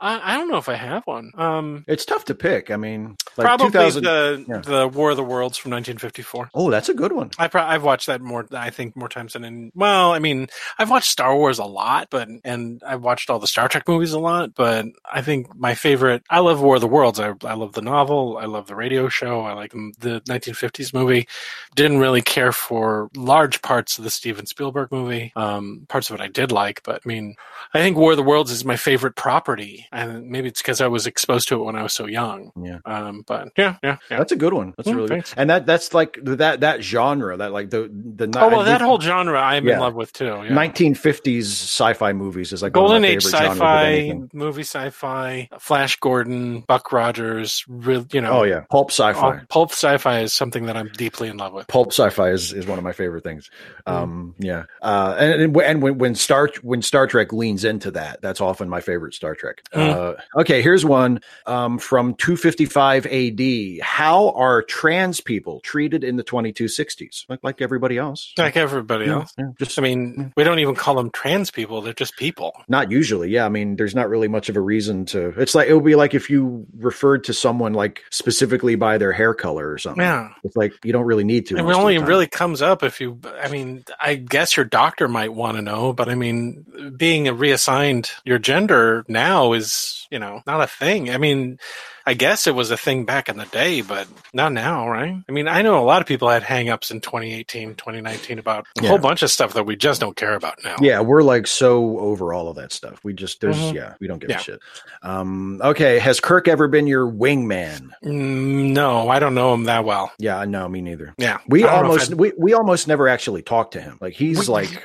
I, I don't know if I have one. Um,
It's tough to pick. I mean, like
probably
2000
the
yeah.
the War of the Worlds from 1954.
Oh, that's a good one.
I pro- I've watched that more. I think more times than in. Well, I mean, I've watched Star Wars a lot, but and I've watched all the Star Trek movies a lot. But I think my favorite. I love War of the Worlds. I I love the novel. I love the radio show. I like the 1950s movie. Didn't really care for large parts of the Steven Spielberg movie. Um, parts of it I did like, but I mean, I think War of the Worlds is my favorite property, and maybe it's because I was exposed to it when I was so young.
Yeah.
Um, but yeah, yeah, yeah.
That's a good one. That's a
Mm,
really good.
thanks.
And that that's like that that genre that like the the
Oh well, that whole genre I'm
Yeah.
in love with too. Yeah.
1950s sci-fi movies is like one of
Golden
my
Age
favorite genres of
sci-fi,
anything.
movie sci-fi, Flash Gordon, Buck Rogers, real, you know,
Oh yeah, pulp
all-
sci-fi.
pulp sci-fi is something that I'm deeply in love with.
Pulp sci-fi is, is one of my favorite things. Um, yeah, uh, and and, when- and when, when Star when Star Trek leans into that, that's often my favorite Star Trek.
Hmm.
Uh, okay, here's one um, from 255 AD. How are trans people treated in the 2260s? Like like everybody else.
Like everybody
Yeah,
else.
yeah, just
I mean, we don't even call them trans people; they're just people.
not usually yeah i mean there's not really much of a reason to it's like it would be like if you referred to someone like specifically by their hair color or something
Yeah,
it's like you don't really need to
and it
most of the
only
time.
really comes up if you. I mean, I guess your doctor might want to know, but I mean, being reassigned your gender now is, you know, not a thing. I mean. I guess it was a thing back in the day, but not now, right? I mean, I know a lot of people had hangups in 2018, 2019 about a
Yeah.
whole bunch of stuff that we just don't care about now.
yeah we're like so over all of that stuff we just there's
Mhm.
yeah we don't give
Yeah.
a shit um okay has kirk ever been your wingman
Mm, no, I don't know him that well.
yeah no me neither
Yeah.
we
I don't know if
almost
I'd-
we, we almost never actually talk to him like he's
We- [laughs]
like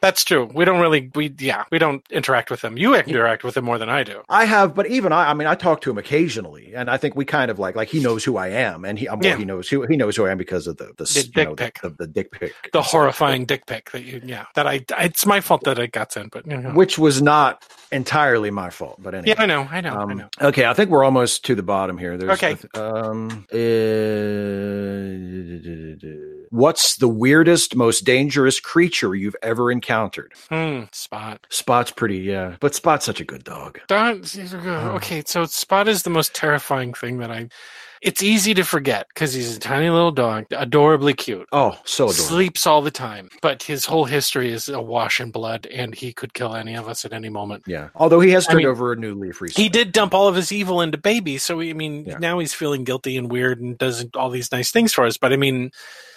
That's true. We don't really, we, yeah, we don't interact with him. You interact with him more than I do.
I have, but even I, I mean, I talk to him occasionally, and I think we kind of like, like he knows who I am, and he, um, well,
Yeah.
he knows who he knows who I am because of the the,
The
you
dick
know, the-
pic.
the, the dick pic,
The horrifying dick pic that you, yeah, that I, it's my fault that it got sent, but you know.
which was not entirely my fault, but anyway.
yeah, I know, Oh, I know, I know.
Um, okay, I think we're almost to the bottom here. There's,
Okay.
Um, uh, what's the weirdest, most dangerous creature you've ever encountered?
Hmm, spot.
Spot's pretty, yeah, but Spot's such a good dog.
Don't,
um,
okay, so Spot is the most terrifying thing that I. It's easy to forget because he's a tiny little dog, adorably cute,
Oh, so adorable.
sleeps all the time, but his whole history is awash in blood, and he could kill any of us at any moment.
yeah, although he has
I
turned
mean,
over a new leaf recently.
He did dump all of his evil into Baby, so I mean,
Yeah.
now he's feeling guilty and weird and does all these nice things for us. But I mean,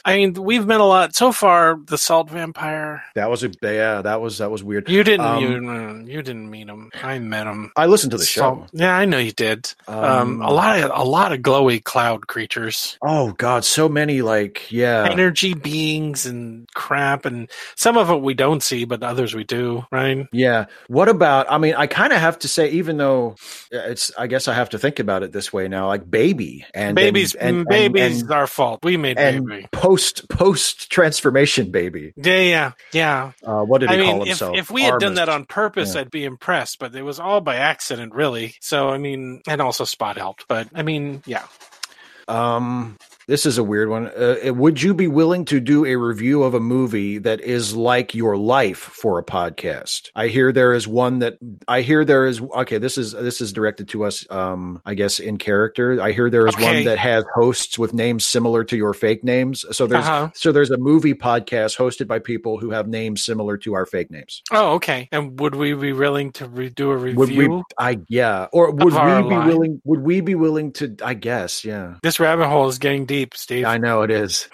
I mean, we've met a lot so far. The Salt Vampire,
That was a yeah. That was that was weird.
you didn't,
Um,
you, didn't- you didn't meet him. I met him.
I listened to the show.
Salt- yeah, I know you did. um, a lot of a lot of glowy cloud creatures
Oh God, so many like yeah.
energy beings and crap and some of it we don't see but others we do right
Yeah. What about? I mean, I kind of have to say, even though uh, it's, I guess I have to think about it this way now. Like baby and
babies mm,
and, and,
babies
and,
is our fault we made
and,
baby
post post transformation baby.
yeah yeah yeah
Uh, what did he
i
call
mean if,
himself?
if we had done
Armist.
that on purpose
Yeah.
i'd be impressed but it was all by accident really so i mean and also spot helped but i mean yeah
Um, this is a weird one. Uh, would you be willing to do a review of a movie that is like your life for a podcast? I hear there is one that I hear there is okay. This is this is directed to us. Um, I guess in character. I hear there is
Okay.
one that has hosts with names similar to your fake names. So there's
Uh-huh.
so there's a movie podcast hosted by people who have names similar to our fake names.
oh okay and would we be willing to re- do a review
Would we? I yeah. Or would we
our
be
life.
willing? Would we be willing to? I guess yeah.
this rabbit hole is getting deep steve
I know it [laughs] is.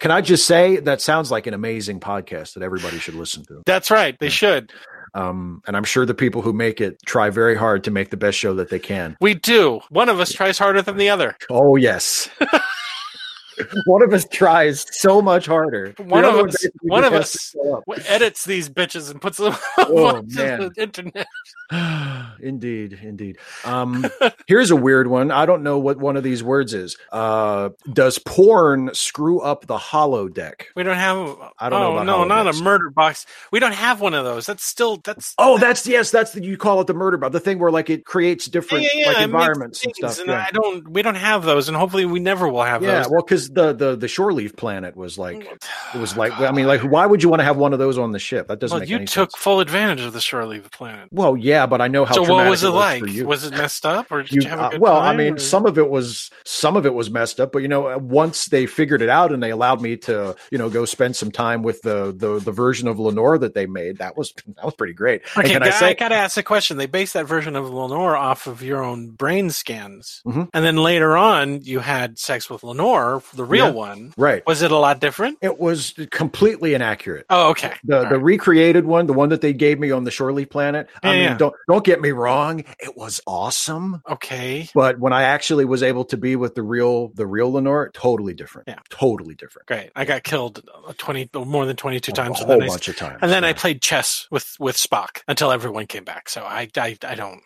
Can I just say that sounds like an amazing podcast that everybody should listen to?
that's right they should
Um, and I'm sure the people who make it try very hard to make the best show that they can.
We do. One of us tries harder than the other.
Oh yes, [laughs] one of us tries so much harder. The
One of
other
us-
basically
one
just
of
has to
us-
show up.
What edits these bitches and puts them [laughs]
Oh,
on
man.
the internet?
[sighs] indeed, indeed. Um, [laughs] here's a weird one. I don't know what one of these words is. Uh, does porn screw up the hollow deck?
We don't have.
I don't know
oh,
about
no, not a
holograms.
murder box. We don't have one of those. That's still that's.
Oh, that's yes, that's the you call it the murder bob, the thing where like it creates different
yeah, yeah,
like
it makes
environments and
things,
stuff.
and
yeah.
I don't. We don't have those, and hopefully we never will have
Yeah,
those.
well, because was the the the shore leaf planet was like
Oh
it was like I mean like why would you want to have one of those on the ship? That doesn't
Well,
make
you
any
took
sense.
full advantage of the shore leave planet.
Well, yeah, but I know how.
so what
traumatic
was it, like?
For you.
Was it messed up, or did you,
You-
have
uh,
a good
well, I
time,
mean,
or-
some of it was some of it was messed up, but you know, uh, once they figured it out and they allowed me to, you know, go spend some time with the the, the version of Lenore that they made, that was that was pretty great. And
Okay,
can
I,
I say,
gotta ask a question. They based that version of Lenore off of your own brain scans,
Mhm.
and then later on, you had sex with Lenore, the real
Yeah.
one.
right?
Was it a lot different?
It was completely inaccurate.
Oh, okay.
The
All
the
right.
recreated one, the one that they gave me on the Shoreleaf planet. I
Yeah,
mean,
yeah.
don't don't get me wrong, it was awesome.
okay.
But when I actually was able to be with the real the real Lenore, totally different.
Yeah.
Totally different.
Great. I got killed uh, twenty more than twenty two times,
Oh, a
and
whole
then, I,
bunch of times.
and then I
Yeah.
played chess with with Spock until everyone came back. So I, I I don't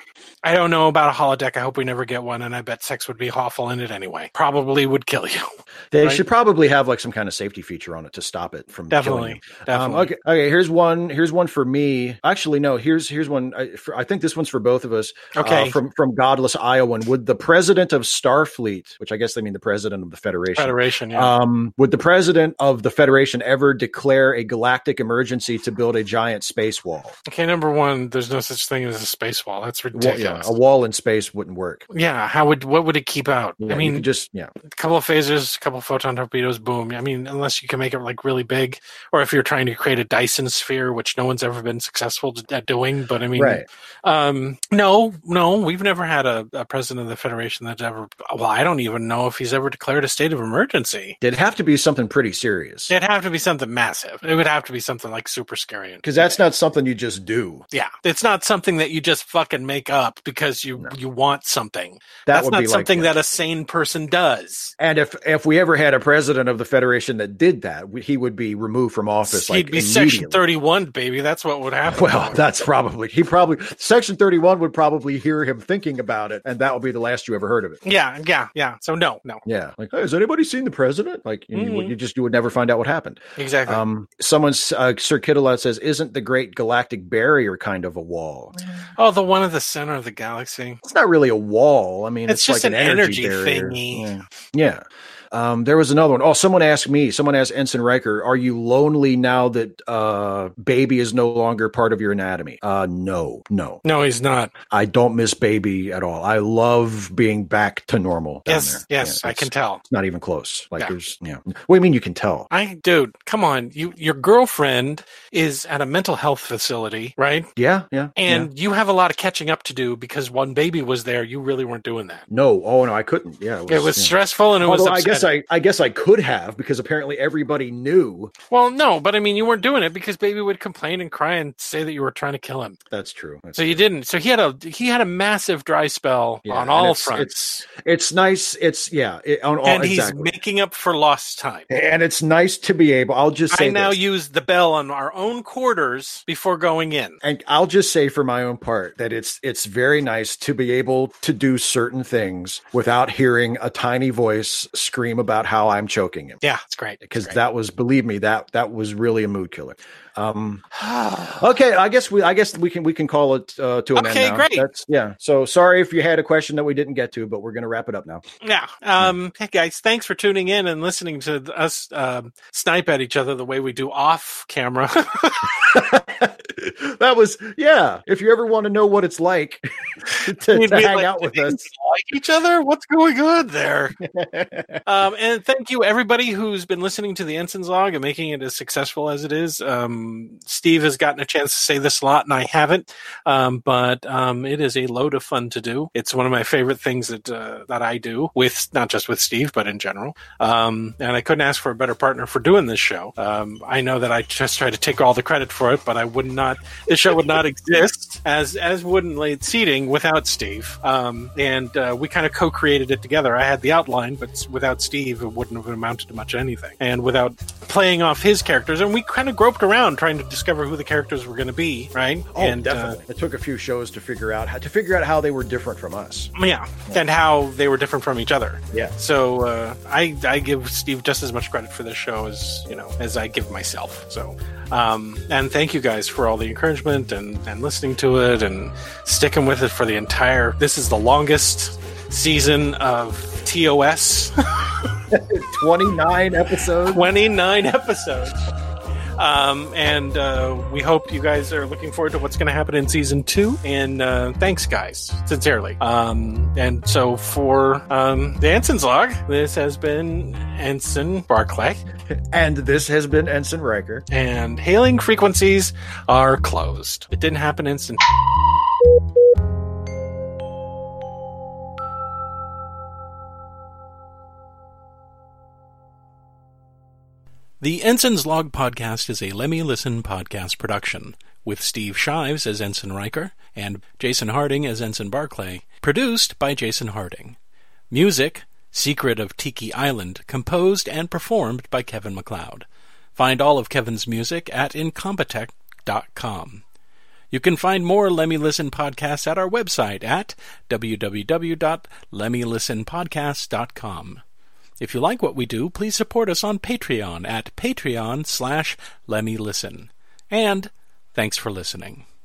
I don't know about a holodeck. I hope we never get one, and I bet sex would be awful in it anyway. Probably would kill you. [laughs]
They
Right.
should probably have like some kind of safety feature on it to stop it from killing
Definitely,
you. Um,
definitely.
okay, okay. Here's one. Here's one for me. Actually, no. Here's here's one. I, for, I think this one's for both of us. uh,
Okay.
from from Godless Iowan. Would the president of Starfleet, which I guess they mean the president of the Federation,
Federation. Yeah.
um, would the president of the Federation ever declare a galactic emergency to build a giant space wall?
Okay, number one, there's no such thing as a space wall. That's
Well, yeah,
ridiculous.
a wall in space wouldn't work.
yeah. how would what would it keep out?
Yeah,
I
you
mean,
could just yeah.
a couple of phasers, a couple of photon torpedoes, boom. I mean, unless you can make it like really big, or if you're trying to create a Dyson sphere, which no one's ever been successful t- at doing. But I mean,
right.
um, no, no, we've never had a, a president of the Federation that's ever. Well, I don't even know if he's ever declared a state of emergency.
It'd have to be something pretty serious.
It'd have to be something massive. It would have to be something like super scary. and
Because that's not something you just do.
Yeah, it's not something that you just fucking make up because you you want something.
That
That's
would
not
be
something
like,
that a sane person does.
And if if we ever had a president of the federation that did that, we, he would be removed from office.
He'd
like,
be Section
immediately.
Thirty-One, baby. That's what would happen.
[laughs] Well, that's probably he probably Section Thirty One would probably hear him thinking about it, and that would be the last you ever heard of it.
yeah, yeah, yeah. So no, no,
Yeah, like hey, has anybody seen the president? Like you, you would-
Mhm.
you just you would never find out what happened.
exactly.
Um, someone uh, Sir Kittelot says, "Isn't the Great Galactic Barrier kind of a wall?
oh, the one at the center of the galaxy.
It's not really a wall. I mean,
It's
it's,
just
like
an energy
barrier.
thingy.
Yeah. Yeah. Um, there was another one. Oh, someone asked me. Someone asked Ensign Riker, "Are you lonely now that uh, baby is no longer part of your anatomy?" Uh, no, no.
No, he's not.
I don't miss baby at all. I love being back to normal. down
yes,
there.
yes,
Yeah,
I can
it's
tell.
Not even close. Like
Yeah.
there's yeah. What do you mean you can tell?
I, dude, come on. You, your girlfriend is at a mental health facility, right?
Yeah, yeah. yeah.
And you have a lot of catching up to do because one baby was there. You really weren't doing that.
no, oh no, I couldn't. Yeah,
It was
yeah.
stressful and it was.
Although I
upsetting.
guess I, I guess I could have because apparently everybody knew
Well, no, but I mean, you weren't doing it because baby would complain and cry and say that you were trying to kill him.
that's true. That's
So you didn't. So he had a he had a massive dry spell
Yeah,
on
and
all
it's-
fronts,
It's nice. It's yeah. It, on all
and he's
exactly.
making up for lost time.
and it's nice to be able. I'll just say
I now
this,
use the bell on our own quarters before going in.
and I'll just say for my own part that it's it's very nice to be able to do certain things without hearing a tiny voice scream about how I'm choking him.
Yeah, it's great
Because
It's great.
that was, believe me, that that was really a mood killer.
[sighs]
Um, okay, I guess we, I guess we can, we can call it uh, to an
Okay,
end. now.
great.
That's, yeah. So sorry if you had a question that we didn't get to, but we're going to wrap it up now. [laughs]
yeah. Um, hey guys, thanks for tuning in and listening to th- us um, snipe at each other the way we do off camera. [laughs]
that was yeah. If you ever want to know what it's like [laughs] to,
We'd
to
be
hang
like,
out with
"Do they
us,
like each other. What's going on there? um, and thank you everybody who's been listening to the ensign's log and making it as successful as it is. Um, Steve has gotten a chance to say this a lot, and I haven't. Um, but um, it is a load of fun to do. It's one of my favorite things that uh, that I do with not just with Steve, but in general. Um, and I couldn't ask for a better partner for doing this show. Um, I know that I just try to take all the credit for it, but I would not. This show would not
[laughs]
exist as as wouldn't late seating without Steve. Um, and uh, we kind of co-created it together. I had the outline, but s- without Steve, it wouldn't have amounted to much of anything. And without playing off his characters, and we kind of groped around trying to discover who the characters were going to be, right?
Oh,
and, uh,
definitely. it took a few shows to figure out how to figure out how they were different from us.
yeah, and how they were different from each other.
Yeah.
So uh, I I give Steve just as much credit for this show as you know as I give myself. So um, and thank you guys for all the encouragement and and listening to it and sticking with it for the entire. This is the longest season of TOS.
29 episodes.
29 episodes. Um, and uh, we hope you guys are looking forward to what's going to happen in season two. And uh, thanks, guys, sincerely. Um, and so for um, the Ensign's Log, this has been Ensign Barclay,
And this has been Ensign Riker.
and hailing frequencies are closed. It didn't happen instant. The Ensign's Log podcast is a Lemmy Listen podcast production, with Steve Shives as Ensign Riker and Jason Harding as Ensign Barclay, produced by Jason Harding. Music, Secret of Tiki Island, composed and performed by Kevin McLeod. Find all of Kevin's music at incompetech.com. You can find more Lemmy Listen podcasts at our website at www.lemmylistenpodcast.com. If you like what we do, please support us on Patreon at patreon slash lemmylisten. And thanks for listening.